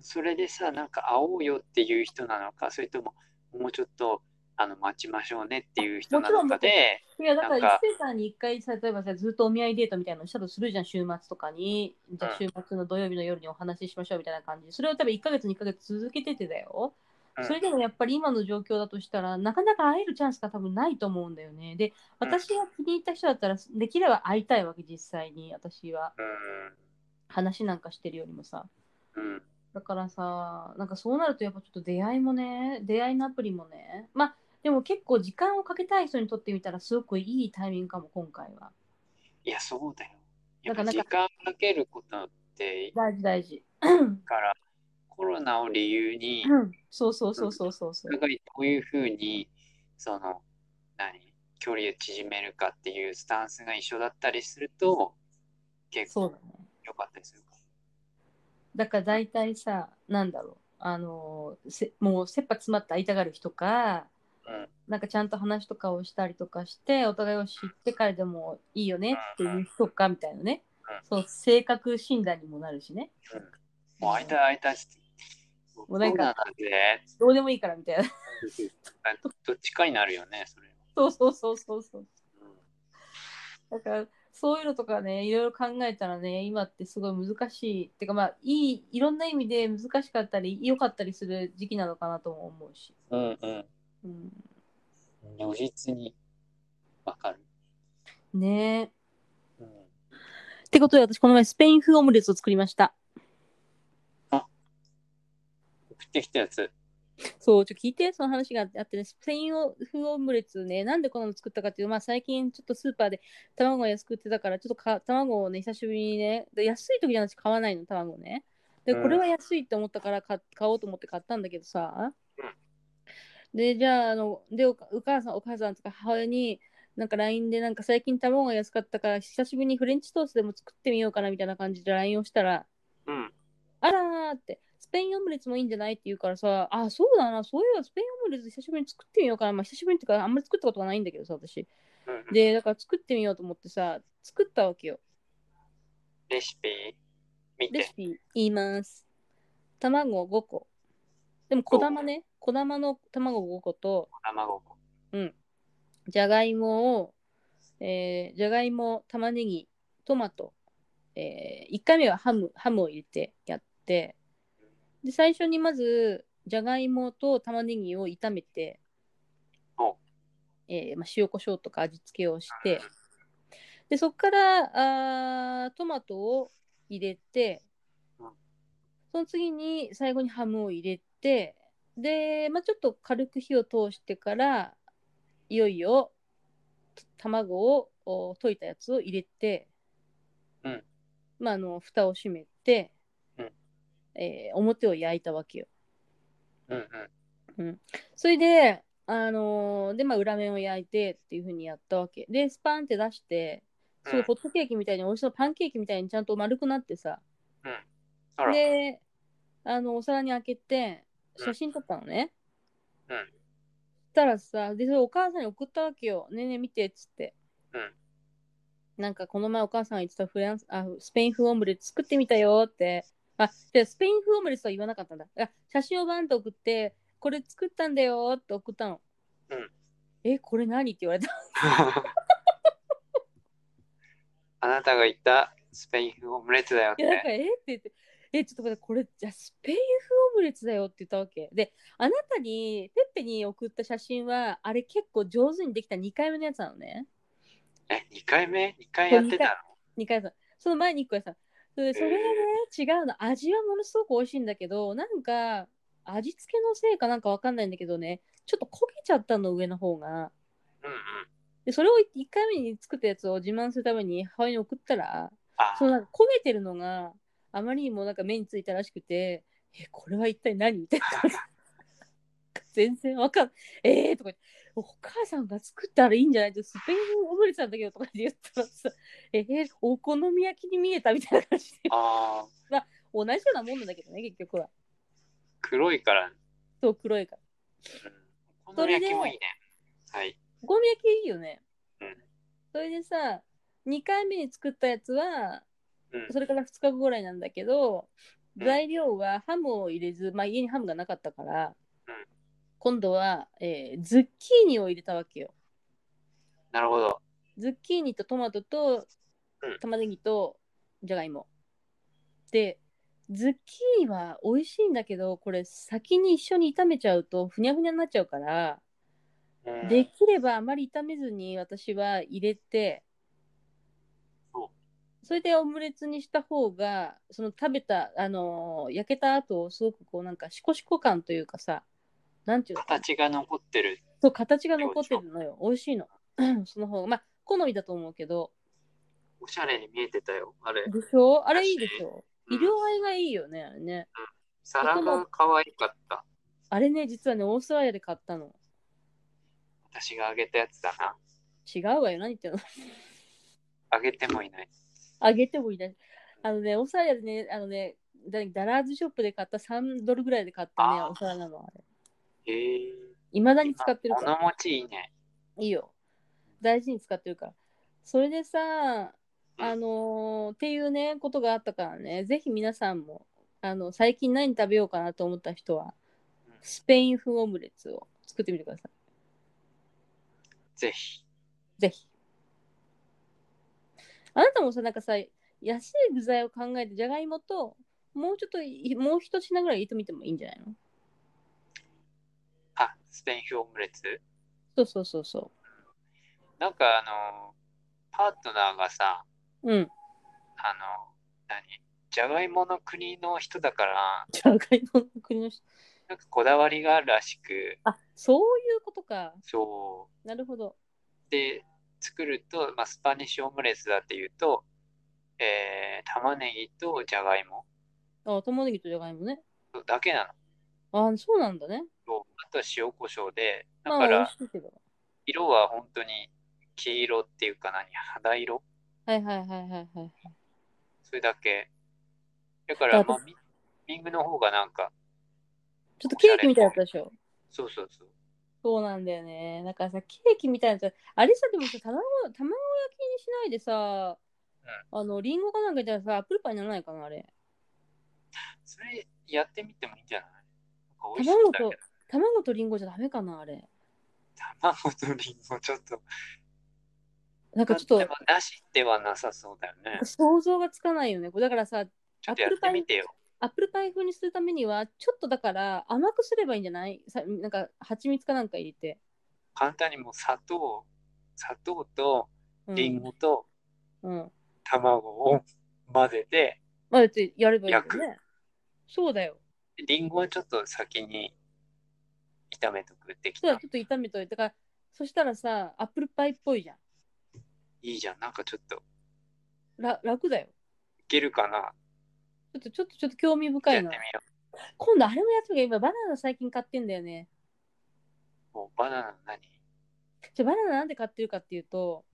それでさ、なんか会おうよっていう人なのか、それとも、もうちょっと、あの、待ちましょうねっていう人なのかで、いやだからなんか1週間に1回さ例えばさずっとお見合いデートみたいなのしたとするじゃん週末とかにじゃあ週末の土曜日の夜にお話ししましょうみたいな感じそれを多分1ヶ月2ヶ月続けててだよ、うんそれでもやっぱり今の状況だとしたら、なかなか会えるチャンスが多分ないと思うんだよね。で、うん私が気に入った人だったら、できれば会いたいわけ、実際に、私は。話なんかしてるよりもさ。うん、うん。だからさ、なんかそうなると、やっぱちょっと出会いもね、出会いのアプリもね。まあ、でも結構時間をかけたい人にとってみたら、すごくいいタイミングかも、今回は。いや、そうだよ。やっぱなんか時なん間かけることって、大事、大事。から、コロナを理由に、うんそうそうそうそうそうそおう。互いどういうふうに、その、何、距離を縮めるかっていうスタンスが一緒だったりすると、結そう構だね。良かったりするか。だから大体さ、なんだろう、あのせもう切羽詰まって会いたがる人か、うんなんかちゃんと話とかをしたりとかして、お互いを知ってからでもいいよねっていう人かみたいなね、そう性格診断にもなるしね、もう会いたい会いたいっつって。もうもうなんかコロナなんでどうでもいいからみたいな、 どっちかになるよね、それ。そうそうそうそうそう。うんだからそういうのとかね、いろいろ考えたらね、今ってすごい難しい、てかまあ、いい、いろんな意味で難しかったり、良かったりする時期なのかなとも思うし。うんうん。うん如実にわかる。ねえ。うん、ってことで私この前スペイン風オムレツを作りました。送ってきたやつ。そう、ちょ聞いて、その話があってね、スペイン風オムレツね、なんでこんなの作ったかっていうと、まあ最近ちょっとスーパーで卵が安く売ってたから、ちょっとか卵をね、久しぶりにね、で安い時じゃなくて買わないの、卵をね。で、うんこれは安いと思ったから買買おうと思って買ったんだけどさう。で、じゃあ、あの、で、おかお母さん、お母さんとか母親に、なんか LINE で、なんか最近卵が安かったから、久しぶりにフレンチトーストでも作ってみようかなみたいな感じで LINE をしたら、うん。あらーって、スペインオムレツもいいんじゃないって言うからさ、あ、そうだな、そういえばスペインオムレツ久しぶりに作ってみようかな。まあ、久しぶりにっていうか、あんまり作ったことがないんだけどさ、私。うん、で、だから作ってみようと思ってさ、作ったわけよ。レシピ見レてシ。ピ言います。卵5個。でも、小玉ね。小玉の卵5個と、卵粉。じゃがいもを、えー、じゃがいも、玉ねぎ、トマト、え1回目はハム、ハムを入れてやって、で、最初にまず、じゃがいもと玉ねぎを炒めてお、えーまあ、塩コショウとか味付けをして、で、そこから、あートマトを入れてうん、その次に最後にハムを入れて、で、まあ、ちょっと軽く火を通してから、いよいよ卵をお溶いたやつを入れて、うんまあ、あの蓋を閉めて、うんえー表を焼いたわけよ。うんうん。それで、あのーで、まあ、裏面を焼いてっていう風にやったわけ。で、スパンって出して、すごいホットケーキみたいに、美味しそうなパンケーキみたいにちゃんと丸くなってさ、あら、であのお皿に開けてうん写真撮ったのねうんしたらさでそれお母さんに送ったわけよ「ねえねえ見て」っつってうんなんかこの前お母さんが言ってたフランスあスペイン風オムレツ作ってみたよってあでスペイン風オムレツとは言わなかったんだあ写真をバンと送ってこれ作ったんだよって送ったのうんえこれ何って言われた あなたが言ったスペイン風オムレツだよっいて。やなんかえって言ってえちょっと待ってこれじゃあスペイン風オムレツだよって言ったわけであなたにペッペに送った写真はあれ結構上手にできた2回目のやつなのねえ、2回目 ?2 回やってたの2回さその前に1個やってたのそれそれがね違うの味はものすごく美味しいんだけどなんか味付けのせいかなんかわかんないんだけどねちょっと焦げちゃったの上の方がうんうん。でそれを1回目に作ったやつを自慢するために母親に送ったらあそのなんか焦げてるのがあまりにもなんか目についたらしくて「えこれは一体何?」みたいな 全然わかんえー、とか言ってお母さんが作ったらいいんじゃないってスペイン語オムレツなんだけどとかって言ったらさ「えーお好み焼きに見えた」みたいな感じであー、同じようなもんなんだけどね結局は黒いから、うんそう黒いからお好み焼きもいいね。はい。お好み焼きいいよねうんそれでさ2回目に作ったやつはうんそれから2日後ぐらいなんだけど、うん材料はハムを入れず、まあ、家にハムがなかったから、うん今度は、えーズッキーニを入れたわけよ。なるほど。ズッキーニとトマトとうん玉ねぎとじゃがいも。で、ズッキーニは美味しいんだけど、これ先に一緒に炒めちゃうとふにゃふにゃになっちゃうから、うんできればあまり炒めずに私は入れてそそれでオムレツにした方がその食べたあのー焼けた後すごくこうなんかシコシコ感というかさなんていうのかな形が残ってる。そう形が残ってるのよ美味しいの その方がまあ好みだと思うけどおしゃれに見えてたよ、あれ。でしょあれいいでしょうん色合いがいいよねあれね皿が可愛かった。あれね実はねオーストラリアで買ったの私があげたやつだな。違うわよ何言ってんのあげてもいない。あげてもいない。あのね、お皿でね、あのね、だダラーズショップで買った3ドルぐらいで買ったね、あーお皿なのあれ。へえ。いまだに使ってるか物ら。持ちいいね。いいよ。大事に使ってるから。それでさ、うんあのーっていうね、ことがあったからね、ぜひ皆さんも、あの、最近何食べようかなと思った人はうん、スペイン風オムレツを作ってみてください。ぜひ。ぜひ。あなたもさ、なんかさ、安い具材を考えて、じゃがいもと、もうちょっとい、もう一品ぐらい入れてみてもいいんじゃないのあ、スペイン風オムレツそうそうそうそなんかあの、パートナーがさ、う。うん。あの、何じゃがいもの国の人だから、じゃがいもの国の人。なんかこだわりがあるらしく、あ、そういうことか。そなるほど。う。で、作ると、まあ、スパニッシュオムレツだっていうと、えー、玉ねぎとじゃがいもあ、玉ねぎとじゃがいもね。だけなの。あ、そうなんだね。そうあとは塩コショウで、だまかあ、美ら味、しいけど。色は本当に黄色っていうか何、肌色はいはいはいはいはいはい。それだけ。だから、だまあ、ミミングの方がなんか、ちょっとケーキみたいだったでしょ。そうそうそう。そうなんだよね。だからさ、ケーキみたいなやつ、あれさ、でもさ、卵卵焼きにしないでさ、あの、リンゴかなんかじゃさ、アップルパイにならないかな、あれ。それやってみてもいいんじゃないなんか美味しそ卵うだけどと、卵とリンゴじゃダメかな、あれ。卵とリンゴちょっと、なんかちょでっもなしではなさそうだよねと、。想像がつかないよね。これだからさ、ちょっとやってみてよ。アップルパイ風にするためには、ちょっとだから甘くすればいいんじゃないさなんか、蜂蜜かなんか入れて。簡単にもう砂糖、砂糖とうん、リンゴとうん。卵を混ぜて、まあ、だってやればいいんだよね。そうだよ。リンゴをちょっと先に炒めとくできそうただ、ちょっと炒めといて。だから、そしたらさ、アップルパイっぽいじゃん。いいじゃん。なんかちょっと、ら楽だよ。いけるかなちょっと、ちょっと、ちょっと興味深やっいてみなよ。今度あれもやってみよう。今、バナナ最近買ってんだよね。う。もうバナナ何じゃあバナナなんで買ってるかっていうと、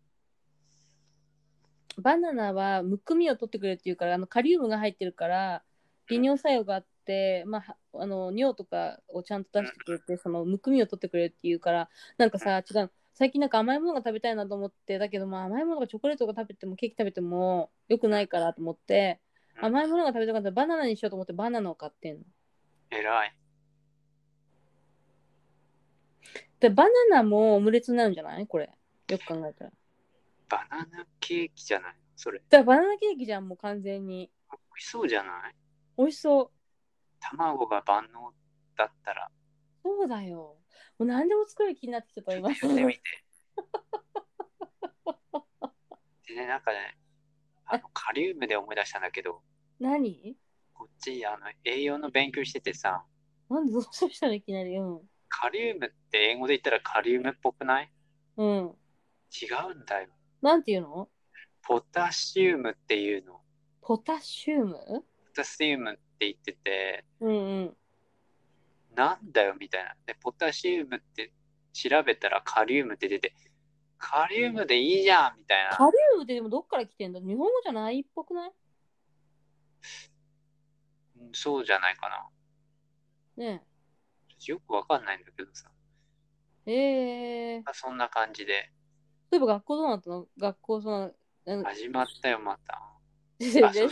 バナナはむくみを取ってくれるっていうからあのカリウムが入ってるから利尿作用があって、まあは、あの尿とかをちゃんと出してくれてそのむくみを取ってくれるっていうからなんかさ違う最近なんか甘いものが食べたいなと思ってだけど、まあ、甘いものがチョコレートが食べてもケーキ食べてもよくないからと思ってうん甘いものが食べたかったらバナナにしようと思ってバナナを買ってんの。偉い。でバナナもオムレツになるんじゃないこれよく考えたら。だかバナナケーキじゃないそれ。らバナナケーキじゃんもう完全に。美味しそうじゃない美味しそう。卵が万能だったら。そうだよ。もう何でも作る気になってきちゃったちょっと今。 やってみて。でね、なんかね、あのカリウムで思い出したんだけど、何こっちあの栄養の勉強しててさ、なんでどうしたのいきなり。うん。カリウムって英語で言ったらカリウムっぽくないうん。違うんだよ。なんていうのポタシウムっていうの。ポタシウムポタシウムって言ってて、うんうん。なんだよみたいな。で、ポタシウムって調べたらカリウムって出て、カリウムでいいじゃんみたいカな。リウムってでもどっから来てんだ日本語じゃないっぽくないうんそうじゃないかな。ねよくわかんないんだけどさ。え。えー。まあそんな感じで例えば学校どうなったの学校その、なんか、始まったよ、また。あそう でしそうょ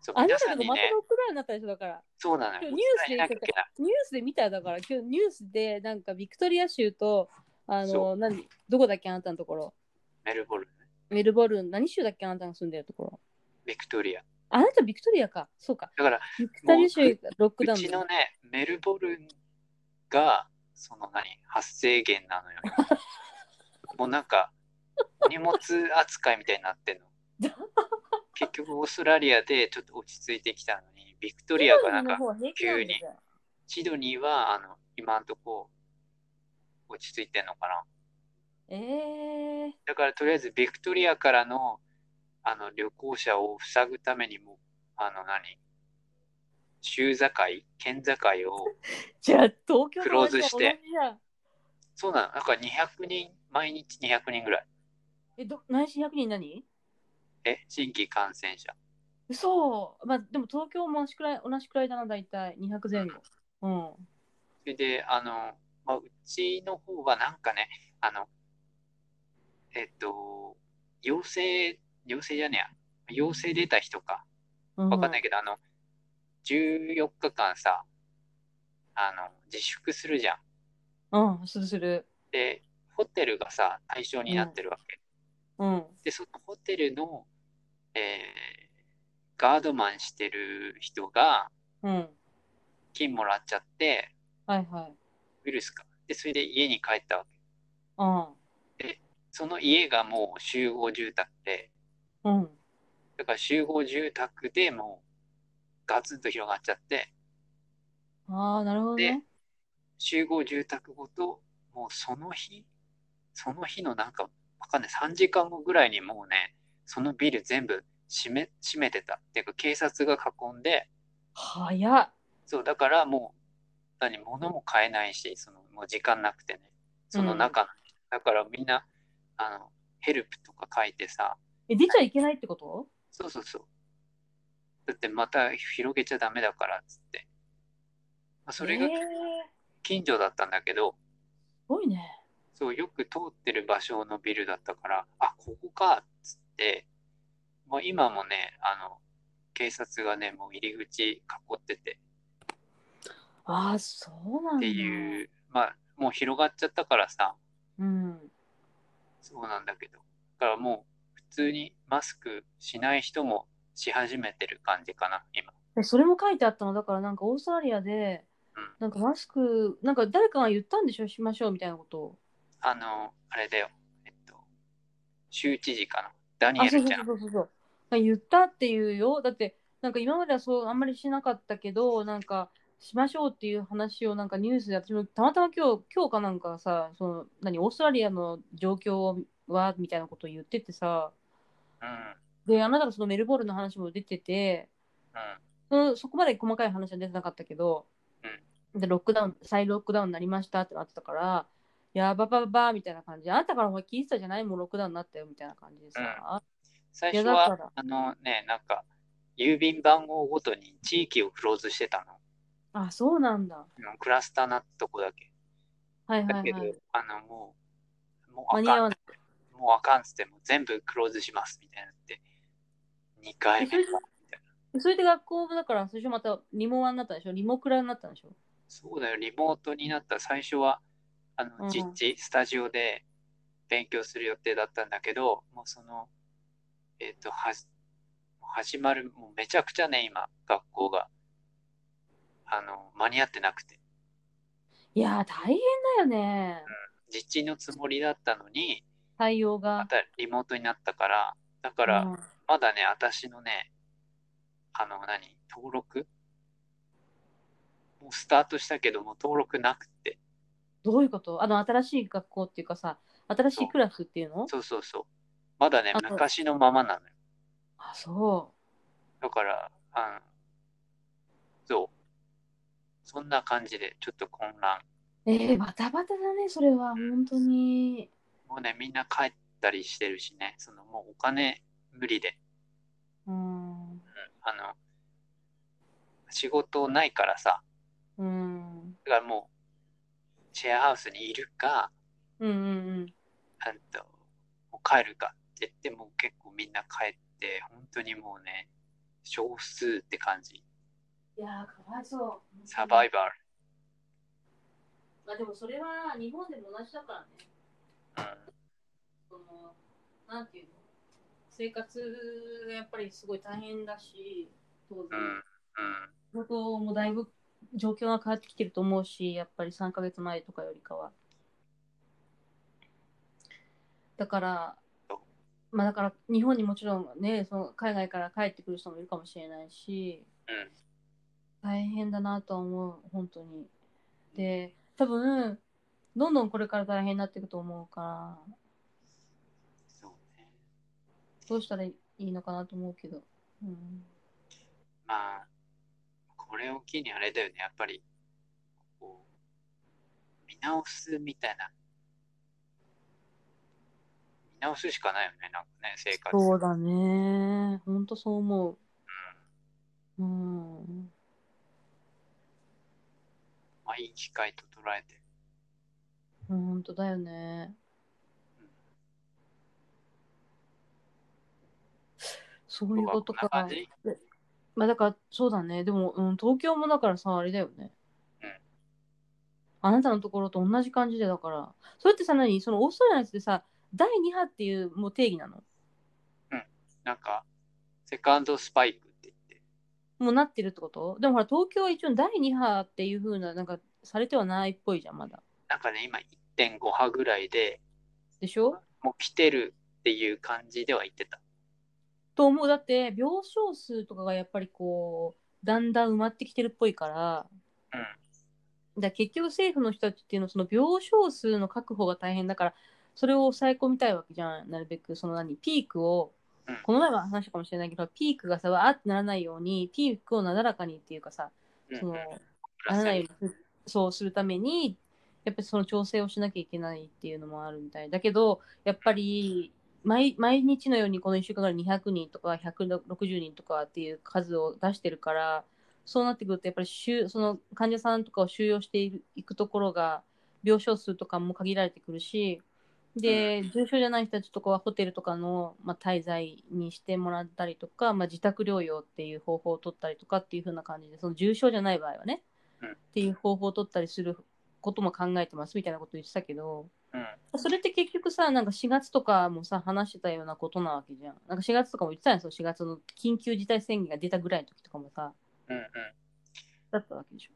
そうあな皆たさとんかにまたね、ロックダウンになったでしょだから。そうなのよ。ニュースでお伝えしなきゃいけないニュースで見ただから、今日ニュースでなんかビクトリア州と、あその、何どこだっけあなたのところ。メルボルン、メルボルン、何州だっけあなたの住んでるところ。ビクトリア。あなたビクトリアか。そうか。だから、ビクトリア州がロックダうウンちで。のね、メルボルンが、その何、発生源 なのよ。もうなんか、お荷物扱いみたいになって んの。結局、オーストラリアでちょっと落ち着いてきたのに、ビクトリアがなんのか、方は平気なんだじゃんシドニーは、あの、今んとこ、落ち着いてんのかな。えー、だからとりあえずビクトリアからのあの旅行者を塞ぐためにも、あの何州境県境を、じゃあ東京とクロー同ズじしてだ同じじゃんそうなの、なんか200人、毎日200人ぐらい。え、ど何し100人何え、新規感染者。嘘まあでも東京も同じくらい同じくらいだな、大体200前後。うん。それで、あの、まあ、うちの方はなんかね、あの、えっと、陽性、陽性じゃねえや、陽性出た人か、うん、わかんないけど、あの、14日間さ、あの、自粛するじゃん。うん、するする。で、ホテルがさ、対象になってるわけ。うん。で、そのホテルの、えーガードマンしてる人がうん。金もらっちゃって、はいはい。ウイルスか。で、それで家に帰ったわけ。うその家がもう集合住宅で、ん。うん。だから集合住宅でもうガツンと広がっちゃって、ああ、なるほどね。集合住宅ごと、もうその日、その日のなんか、わかんない、3時間後ぐらいにもうね、そのビル全部閉め、閉めてた。っていうか、警察が囲んで、早っ。そう、だからもう、何、物も買えないし、その、もう時間なくてね、その中の、だからみんな、あの、ヘルプとか書いてさ、え、出ちゃいけないってことそうそうそう。だってまた広げちゃダメだからっつって。まあ、それがえー、す近所だったんだけど、ごいね。そう、よく通ってる場所のビルだったから、あ、ここかっつって、もう今もね、あの、警察がね、もう入り口囲ってて、ああ、そうなんだ。っていう、まあ、もう広がっちゃったからさ、うん。そうなんだけど。だからもう、普通にマスクしない人もし始めてる感じかな、今。でそれも書いてあったのだからなんかオーストラリアでうんなんかマスクなんか誰かが言ったんでしょしましょうみたいなことをあの、あれだよ。えっと、州知事かな。ダニあエそうルそうちゃん。そうそうそうなんか言ったっていうよだってなんか今まではそうあんまりしなかったけどなんかしましょうっていう話をなんかニュースで私もたまたま今日今日かなんかさその何オーストラリアの状況はみたいなことを言っててさうん、うん。であなたがそのメルボルンの話も出ててそのそこまで細かい話は出てなかったけど、でロックダウン再ロックダウンになりましたってなってたからいやばばばばみたいな感じあなたからお前聞いてたじゃないもうロックダウンになったよみたいな感じでさ、最いや初だはからあのねなんか郵便番号ごとに地域をクローズしてたのあそうなんだあのクラスターなとこだけはいはだいけど、はいあのもうも間うあにか合んわないもうあかんっつってもう全部クローズしますみたいになって2回目かそれで学校もだから最初またリモワンになったんでしょリモクラになったんでしょそうだよリモートになった最初はあうのん実地、スタジオで勉強する予定だったんだけどもうそのえっ、とはじ始まるもうめちゃくちゃね今学校があの間に合ってなくていやー大変だよね実地のつもりだったのに対応まがたリモートになったからだかからまだね私のねあの何登録もうスタートしたけどもう登録なくてどういうことあの新しい学校っていうかさ新しいクラスっていうのそうそうそうまだねあと昔のままなのよあそだから、あのそう。そんな感じで、ちょっと混乱。うえー、バタバタだねそれは本当にもうね、みんな帰ったりしてるしね、そのもうお金無理で、うんあの、仕事ないからさ、うんだからもう、シェアハウスにいるか、うんうんうんあと、もう帰るかって言って、もう結構みんな帰って、本当にもうね、少数って感じ。いやーかわいそうサバイイバル。まあでもそれは日本でも同じだからねうそん、のなんていうの生活がやっぱりすごい大変だし当然、うん、うん。仕事もだいぶ状況が変わってきてると思うし、やっぱり3ヶ月前とかよりかは。だから、まあだから日本にもちろんね、その海外から帰ってくる人もいるかもしれないし、うん大変だなとは思う、本当に。で、多分、どんどんこれから大変になっていくと思うから、そうね。どうしたらいいのかなと思うけど。うん、まあ、これを機にあれだよね、やっぱり、こう、見直すみたいな、見直すしかないよね、なんかね、生活。そうだね。本当そう思う。うんまあ、いい機会と捉えて。うん本当だよね。そういうことこかんな感。じまあだからそうだね。でも、うん、東京もだからさ、あれだよね。うんあなたのところと同じ感じでだから。それってさ、何そのオーストラリアのやつでさ、第2波っていうもう定義なのなんか、セカンドスパイクって言って、もうなってるってことでもほら、東京は一応第2波っていう風な、なんかされてはないっぽいじゃん、まだ。なんかね、今1.5波ぐらいででしょもう来てるっていう感じでは言ってた。と思う。だって、病床数とかがやっぱりこう、だんだん埋まってきてるっぽいから。うん。だから結局政府の人たちっていうのはその病床数の確保が大変だからそれを抑え込みたいわけじゃんなるべくその何ピークを、うんこの前は話したかもしれないけどピークがさわーってならないようにピークをなだらかにっていうかさうんそのうんならないようにするそうするためにやっぱりその調整をしなきゃいけないっていうのもあるみたいだけどやっぱり毎毎日のようにこの1週間からい200人とか160人とかっていう数を出してるからそうなってくるとやっぱり収その患者さんとかを収容しているいくところが病床数とかも限られてくるしで重症じゃない人たちとかはホテルとかの、まあ、滞在にしてもらったりとか、まあ、自宅療養っていう方法を取ったりとかっていう風な感じでその重症じゃない場合はね、うんっていう方法を取ったりすることも考えてますみたいなこと言ってたけど。うんそれって結局さ、なんか4月とかもさ、話してたようなことなわけじゃん。なんか4月とかも言ってたんですよ、4月の緊急事態宣言が出たぐらいの時とかもさ、うんうん。だったわけでしょ。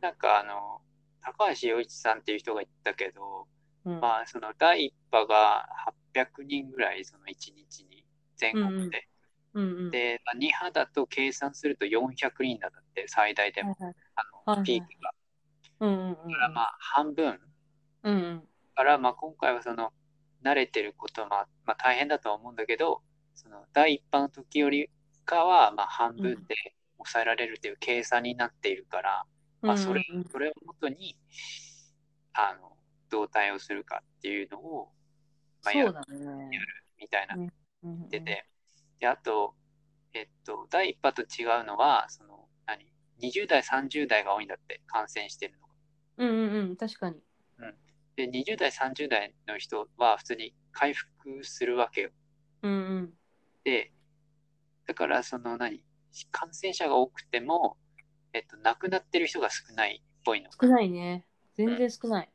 なんかあの、高橋洋一さんっていう人が言ったけど、うん。まあ、その第1波が800人ぐらい、その1日に、全国で。うんうん。で、まあ、2波だと計算すると400人だって、最大ではも、いはい、あはいはのいピークが。うんうんうんだからまあ、半分うん。うんうん。から、まあ、今回はその、慣れてることもあ、まあ、大変だとは思うんだけど、その、第1波の時よりかは、まあ、半分で抑えられるという計算になっているから、まあ、それうんうん、それをもとに、あの、どう対応するかっていうのを、まあ、やそうるだね。みたいなうんうんってて、で、あと、えっと、第一波と違うのは、その、何 ?20 代、30代が多いんだって、感染してるのが。うんうんうん、確かに。で、20代、30代の人は普通に回復するわけよ。うんうん。で、だから、その何、感染者が多くても、えっと、亡くなってる人が少ないっぽいの。少ないね。全然少ない。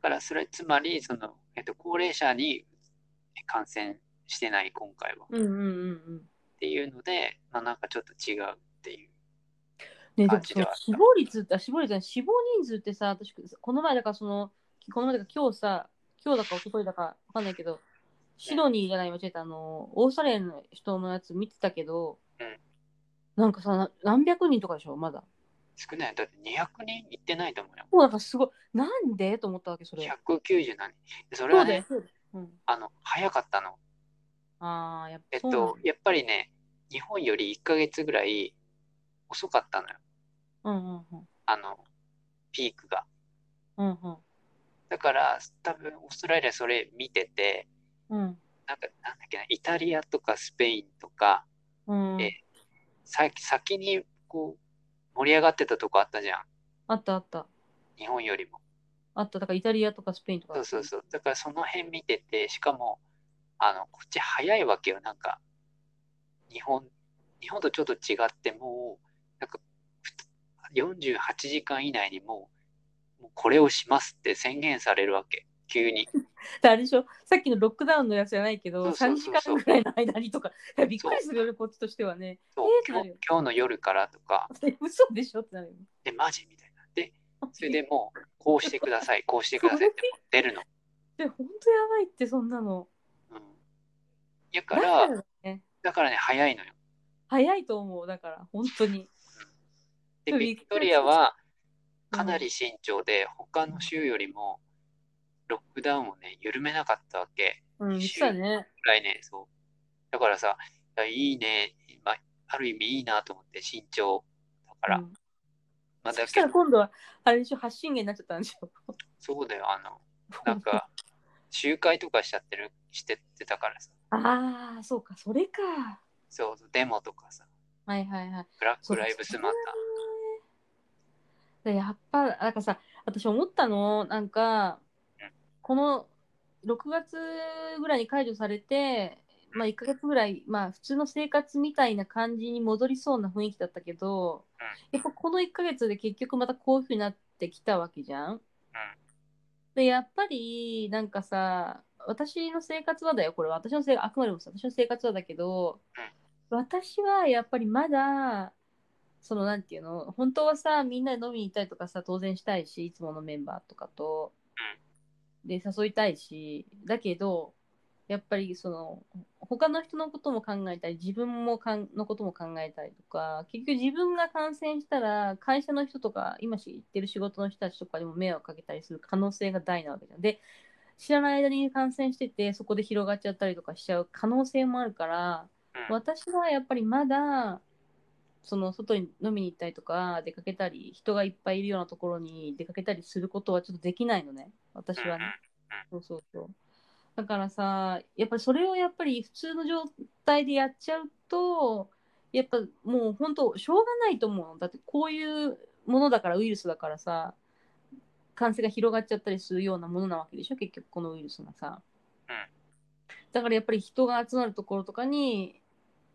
だから、それ、つまり、その、えっと、高齢者に感染してない、今回は。っうんうんうんうん。ていうので、まあ、なんかちょっと違うっていう。ね、で感もそじでのはあった死亡率って、あ死亡率じゃない死亡人数ってさ、私、この前だからその、この前だから今日さ、今日だか一昨日だかわかんないけど、シドニーじゃない、間違えた、あの、オーストラリアの人のやつ見てたけど、うんなんかさ、な何百人とかでしょ、まだ。少ない。だって200人いってないと思うよ。もうなんかすごい、なんでと思ったわけ、それ。 190何人。それそはうだよね、、そうだよ。うん、あの、早かったの。ああ、やっえぱそうっなんだと、やっぱりね、日本より1ヶ月ぐらい遅かったのよ。うんうんうん。あの、ピークが。うんうんだから、多分、オーストラリアそれ見てて、うんなんか、なんだっけな、イタリアとかスペインとか、うんえさ先に、こう、盛り上がってたとこあったじゃん。あったあった。日本よりも。あった。だからイタリアとかスペインとか。そうそうそう。だから、その辺見てて、しかも、あの、こっち早いわけよ。なんか、日本、日本とちょっと違って、もう、なんか、ふつ48時間以内にもう、もうこれをしますって宣言されるわけ。急に。であれでしょさっきのロックダウンのやつじゃないけど、そうそう3そ時う間そうぐらいの間にとか、いやびっくりするよね、こっちとしてはね。 そうえー今ってなる日よ今日の夜からとか、嘘でしょってなるよね。え、マジみたいな。で、それでもう、こうしてください、こうしてくださいって出るの。 で、本当やばいって、そんなの。うん。やからだ、よね、だからね、早いのよ。早いと思う、だから、本当に。で、そうビクトリアはかなうり慎重で、他の州よりもロックダウンをね、緩めなかったわけ。ん、うん、言ってたね。来年、そう。だからさ、いやいいね、まあ、ある意味いいなと思って、慎重だから。うんまあ、そだしけたらど、今度は、あれでしょ、発信源になっちゃったんでしょ。そうだよ、あの、なんか、集会とかしちゃってる、してってたからさ。 ああ、そうか、それか。そうそう、デモとかさ、はいはいはい。ブラッそク・うライブスマター。でやっぱなんかさ私思ったのなんかうんこの6月ぐらいに解除されて、まあ、1ヶ月ぐらい、まあ、普通の生活みたいな感じに戻りそうな雰囲気だったけどやっぱこの1ヶ月で結局またこういうふうになってきたわけじゃん。でやっぱりなんかさ私の生活はだよこれは私のせいあくまでもさ私の生活はだけど、私はやっぱりまだそのなんていうの本当はさみんなで飲みに行ったりとかさ当然したいしいつものメンバーとかと、で誘いたいしだけどやっぱりその他の人のことも考えたり自分もかんのことも考えたりとか結局自分が感染したら会社の人とか今知ってる仕事の人たちとかにも迷惑かけたりする可能性が大なわけじゃん。で知らない間に感染しててそこで広がっちゃったりとかしちゃう可能性もあるから、うん私はやっぱりまだその外に飲みに行ったりとか出かけたり人がいっぱいいるようなところに出かけたりすることはちょっとできないのね私はね。そうそうそうだからさやっぱりそれをやっぱり普通の状態でやっちゃうとやっぱもう本当しょうがないと思うのだってこういうものだからウイルスだからさ感染が広がっちゃったりするようなものなわけでしょ結局このウイルスがさ、うんだからやっぱり人が集まるところとかに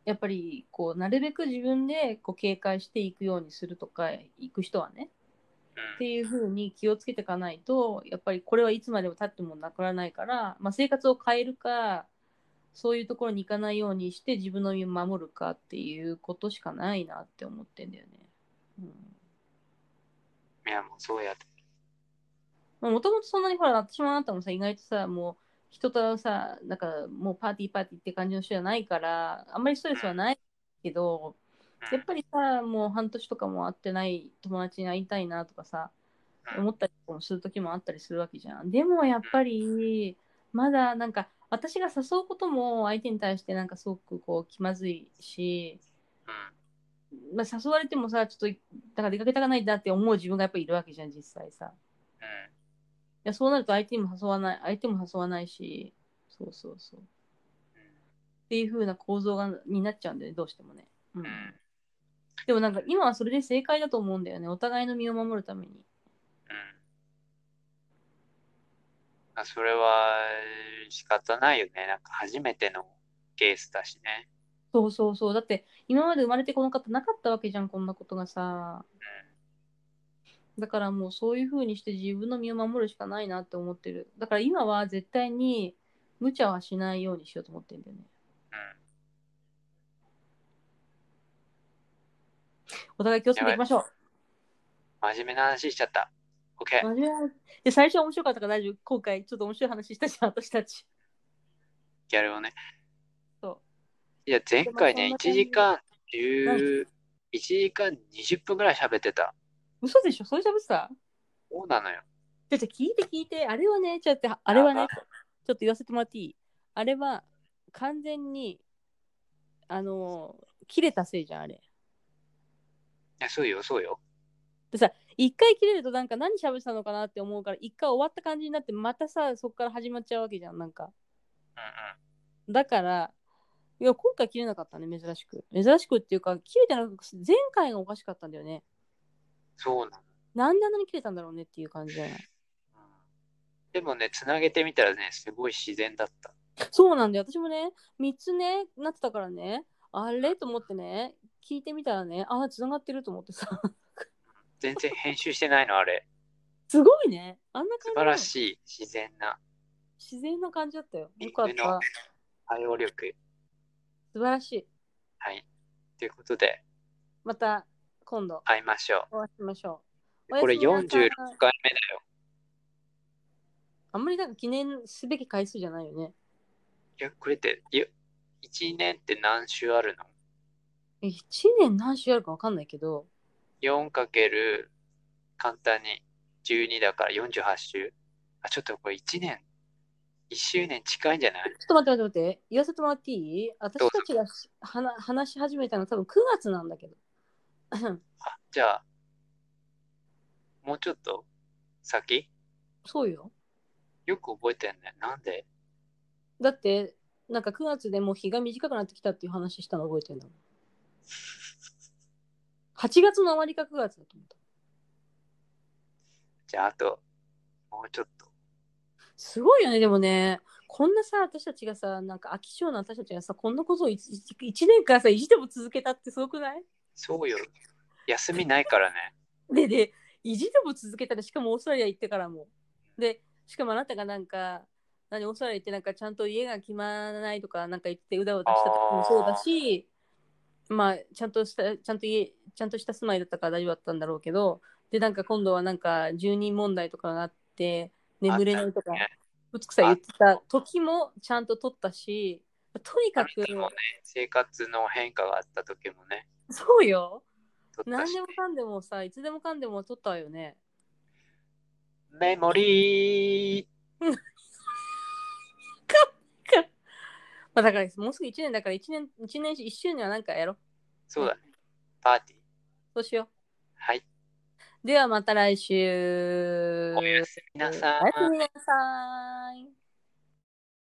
やっぱりこうなるべく自分でこう警戒していくようにするとか行く人はねうんっていう風に気をつけていかないとやっぱりこれはいつまでも経ってもなくならないから、まあ、生活を変えるかそういうところに行かないようにして自分の身を守るかっていうことしかないなって思ってんだよね。いや、もうそうやって。うん、もともとそんなにほら私もあなたもさ意外とさもう人とさなんかもうパーティーパーティーって感じの人じゃないからあんまりストレスはないけど、うやっぱりさ、もう半年とかも会ってない友達に会いたいなとかさ、うん思ったりもする時もあったりするわけじゃん。でもやっぱり、まだなんか、私が誘うことも相手に対してなんかすごくこう気まずいし、んまあ、誘われてもさ、ちょっと、だから出かけたくないなって思う自分がやっぱりいるわけじゃん、実際さ。いやそうなると相手にも誘わない、相手も誘わないし、そうそうそう。うんうんっていう風な構造がになっちゃうんだよね、どうしてもね。うんうん。でもなんか今はそれで正解だと思うんだよね、お互いの身を守るために。まあ、それは仕方ないよね。なんか初めてのケースだしね。そうそうそう。だって、今まで生まれてこの方なかったわけじゃん、こんなことがさ。だからもうそういう風にして自分の身を守るしかないなって思ってる。だから今は絶対に無茶はしないようにしようと思ってるんだよね。お互い気をつけていきましょう。うん。真面目な話しちゃった。OK。真面目なで最初は面白かったから大丈夫。今回ちょっと面白い話したじゃん、私たち。ギャルをね。そういや、前回ね、まあそ1んな時間10、1時間20分ぐらい喋ってた。嘘でしょそれじゃぶさ。そうなのよ。じゃあじゃあ聞いて聞いて、あれはね、ちょっと、あれはあね、ちょっと言わせてもらっていいあれは完全に、あのー切れたせいじゃん、あれ。いや、そうよ、そうよ。一回切れるとなんか何喋ってたのかなって思うから一回終わった感じになってまたさそこから始まっちゃうわけじゃんなんかうんうだからいや今回切れなかったね珍しく珍しくっていうか切れてなく前回がおかしかったんだよねん。そうなの。なんであんなに切れたんだろうねっていう感じじゃないうんでもね、つなげてみたらね、すごい自然だった。そうなんだよ私もね3つねなってたからねあれと思ってね聞いてみたらねああ繋がってると思ってさ 全然編集してないの、あれ。すごいねあんな感素じ晴なのらしい、自然な自然な感じだったよよかっリンクのた対応力。素晴らしいはい。ということで、また今度会いましょお会いしましょうう。これおやすみなさい46回目だよ。あんまりなんか記念すべき回数じゃないよね。いや、これって、いや1年って何週あるの1年何週やるか分かんないけど、 4かける簡単に12だから48週。あ、ちょっとこれ1年、1周年近いんじゃないちょっと待って待って待って、言わせてもらっていい私たちがしはな話し始めたの多分9月なんだけど。 あ、じゃあ、もうちょっと先そうよ。よく覚えてんね。なんでだって、なんか9月でもう日が短くなってきたっていう話したの覚えてるんだもん。8月の終わりか9月だと思った。じゃあ、あと、もうちょっと。すごいよね、でもね。こんなさ、私たちがさ、なんか飽き性な私たちがさ、こんなことを 1, 年間さ、意地でも続けたってすごくないそうよ。休みないからね。で、で、意地でも続けたら、しかもオーストラリア行ってからも。で、しかもあなたがなんか、何、オーストラリア行ってなんか、ちゃんと家が決まらないとか、なんか言って、うだうだした時もそうだし、まあ、ちゃんとした、ちゃんと家、ちゃんとした住まいだったから大丈夫だったんだろうけど、で、なんか今度はなんか、住人問題とかがあって、眠れないとかあったね、ぶつくさ言ってた時もちゃんと取ったし、とにあかなく、たもね、生活の変化があった時もね、そうよ。撮った何しでもかんでもさ、いつでもかんでも取ったよね。メモリーまあだからもうすぐ1年だから1年、1年、1周年はなんかやろう。そうだね。パーティー。そうしよはい。う。ではまた来週。おやすみなさおやいす。みなさい。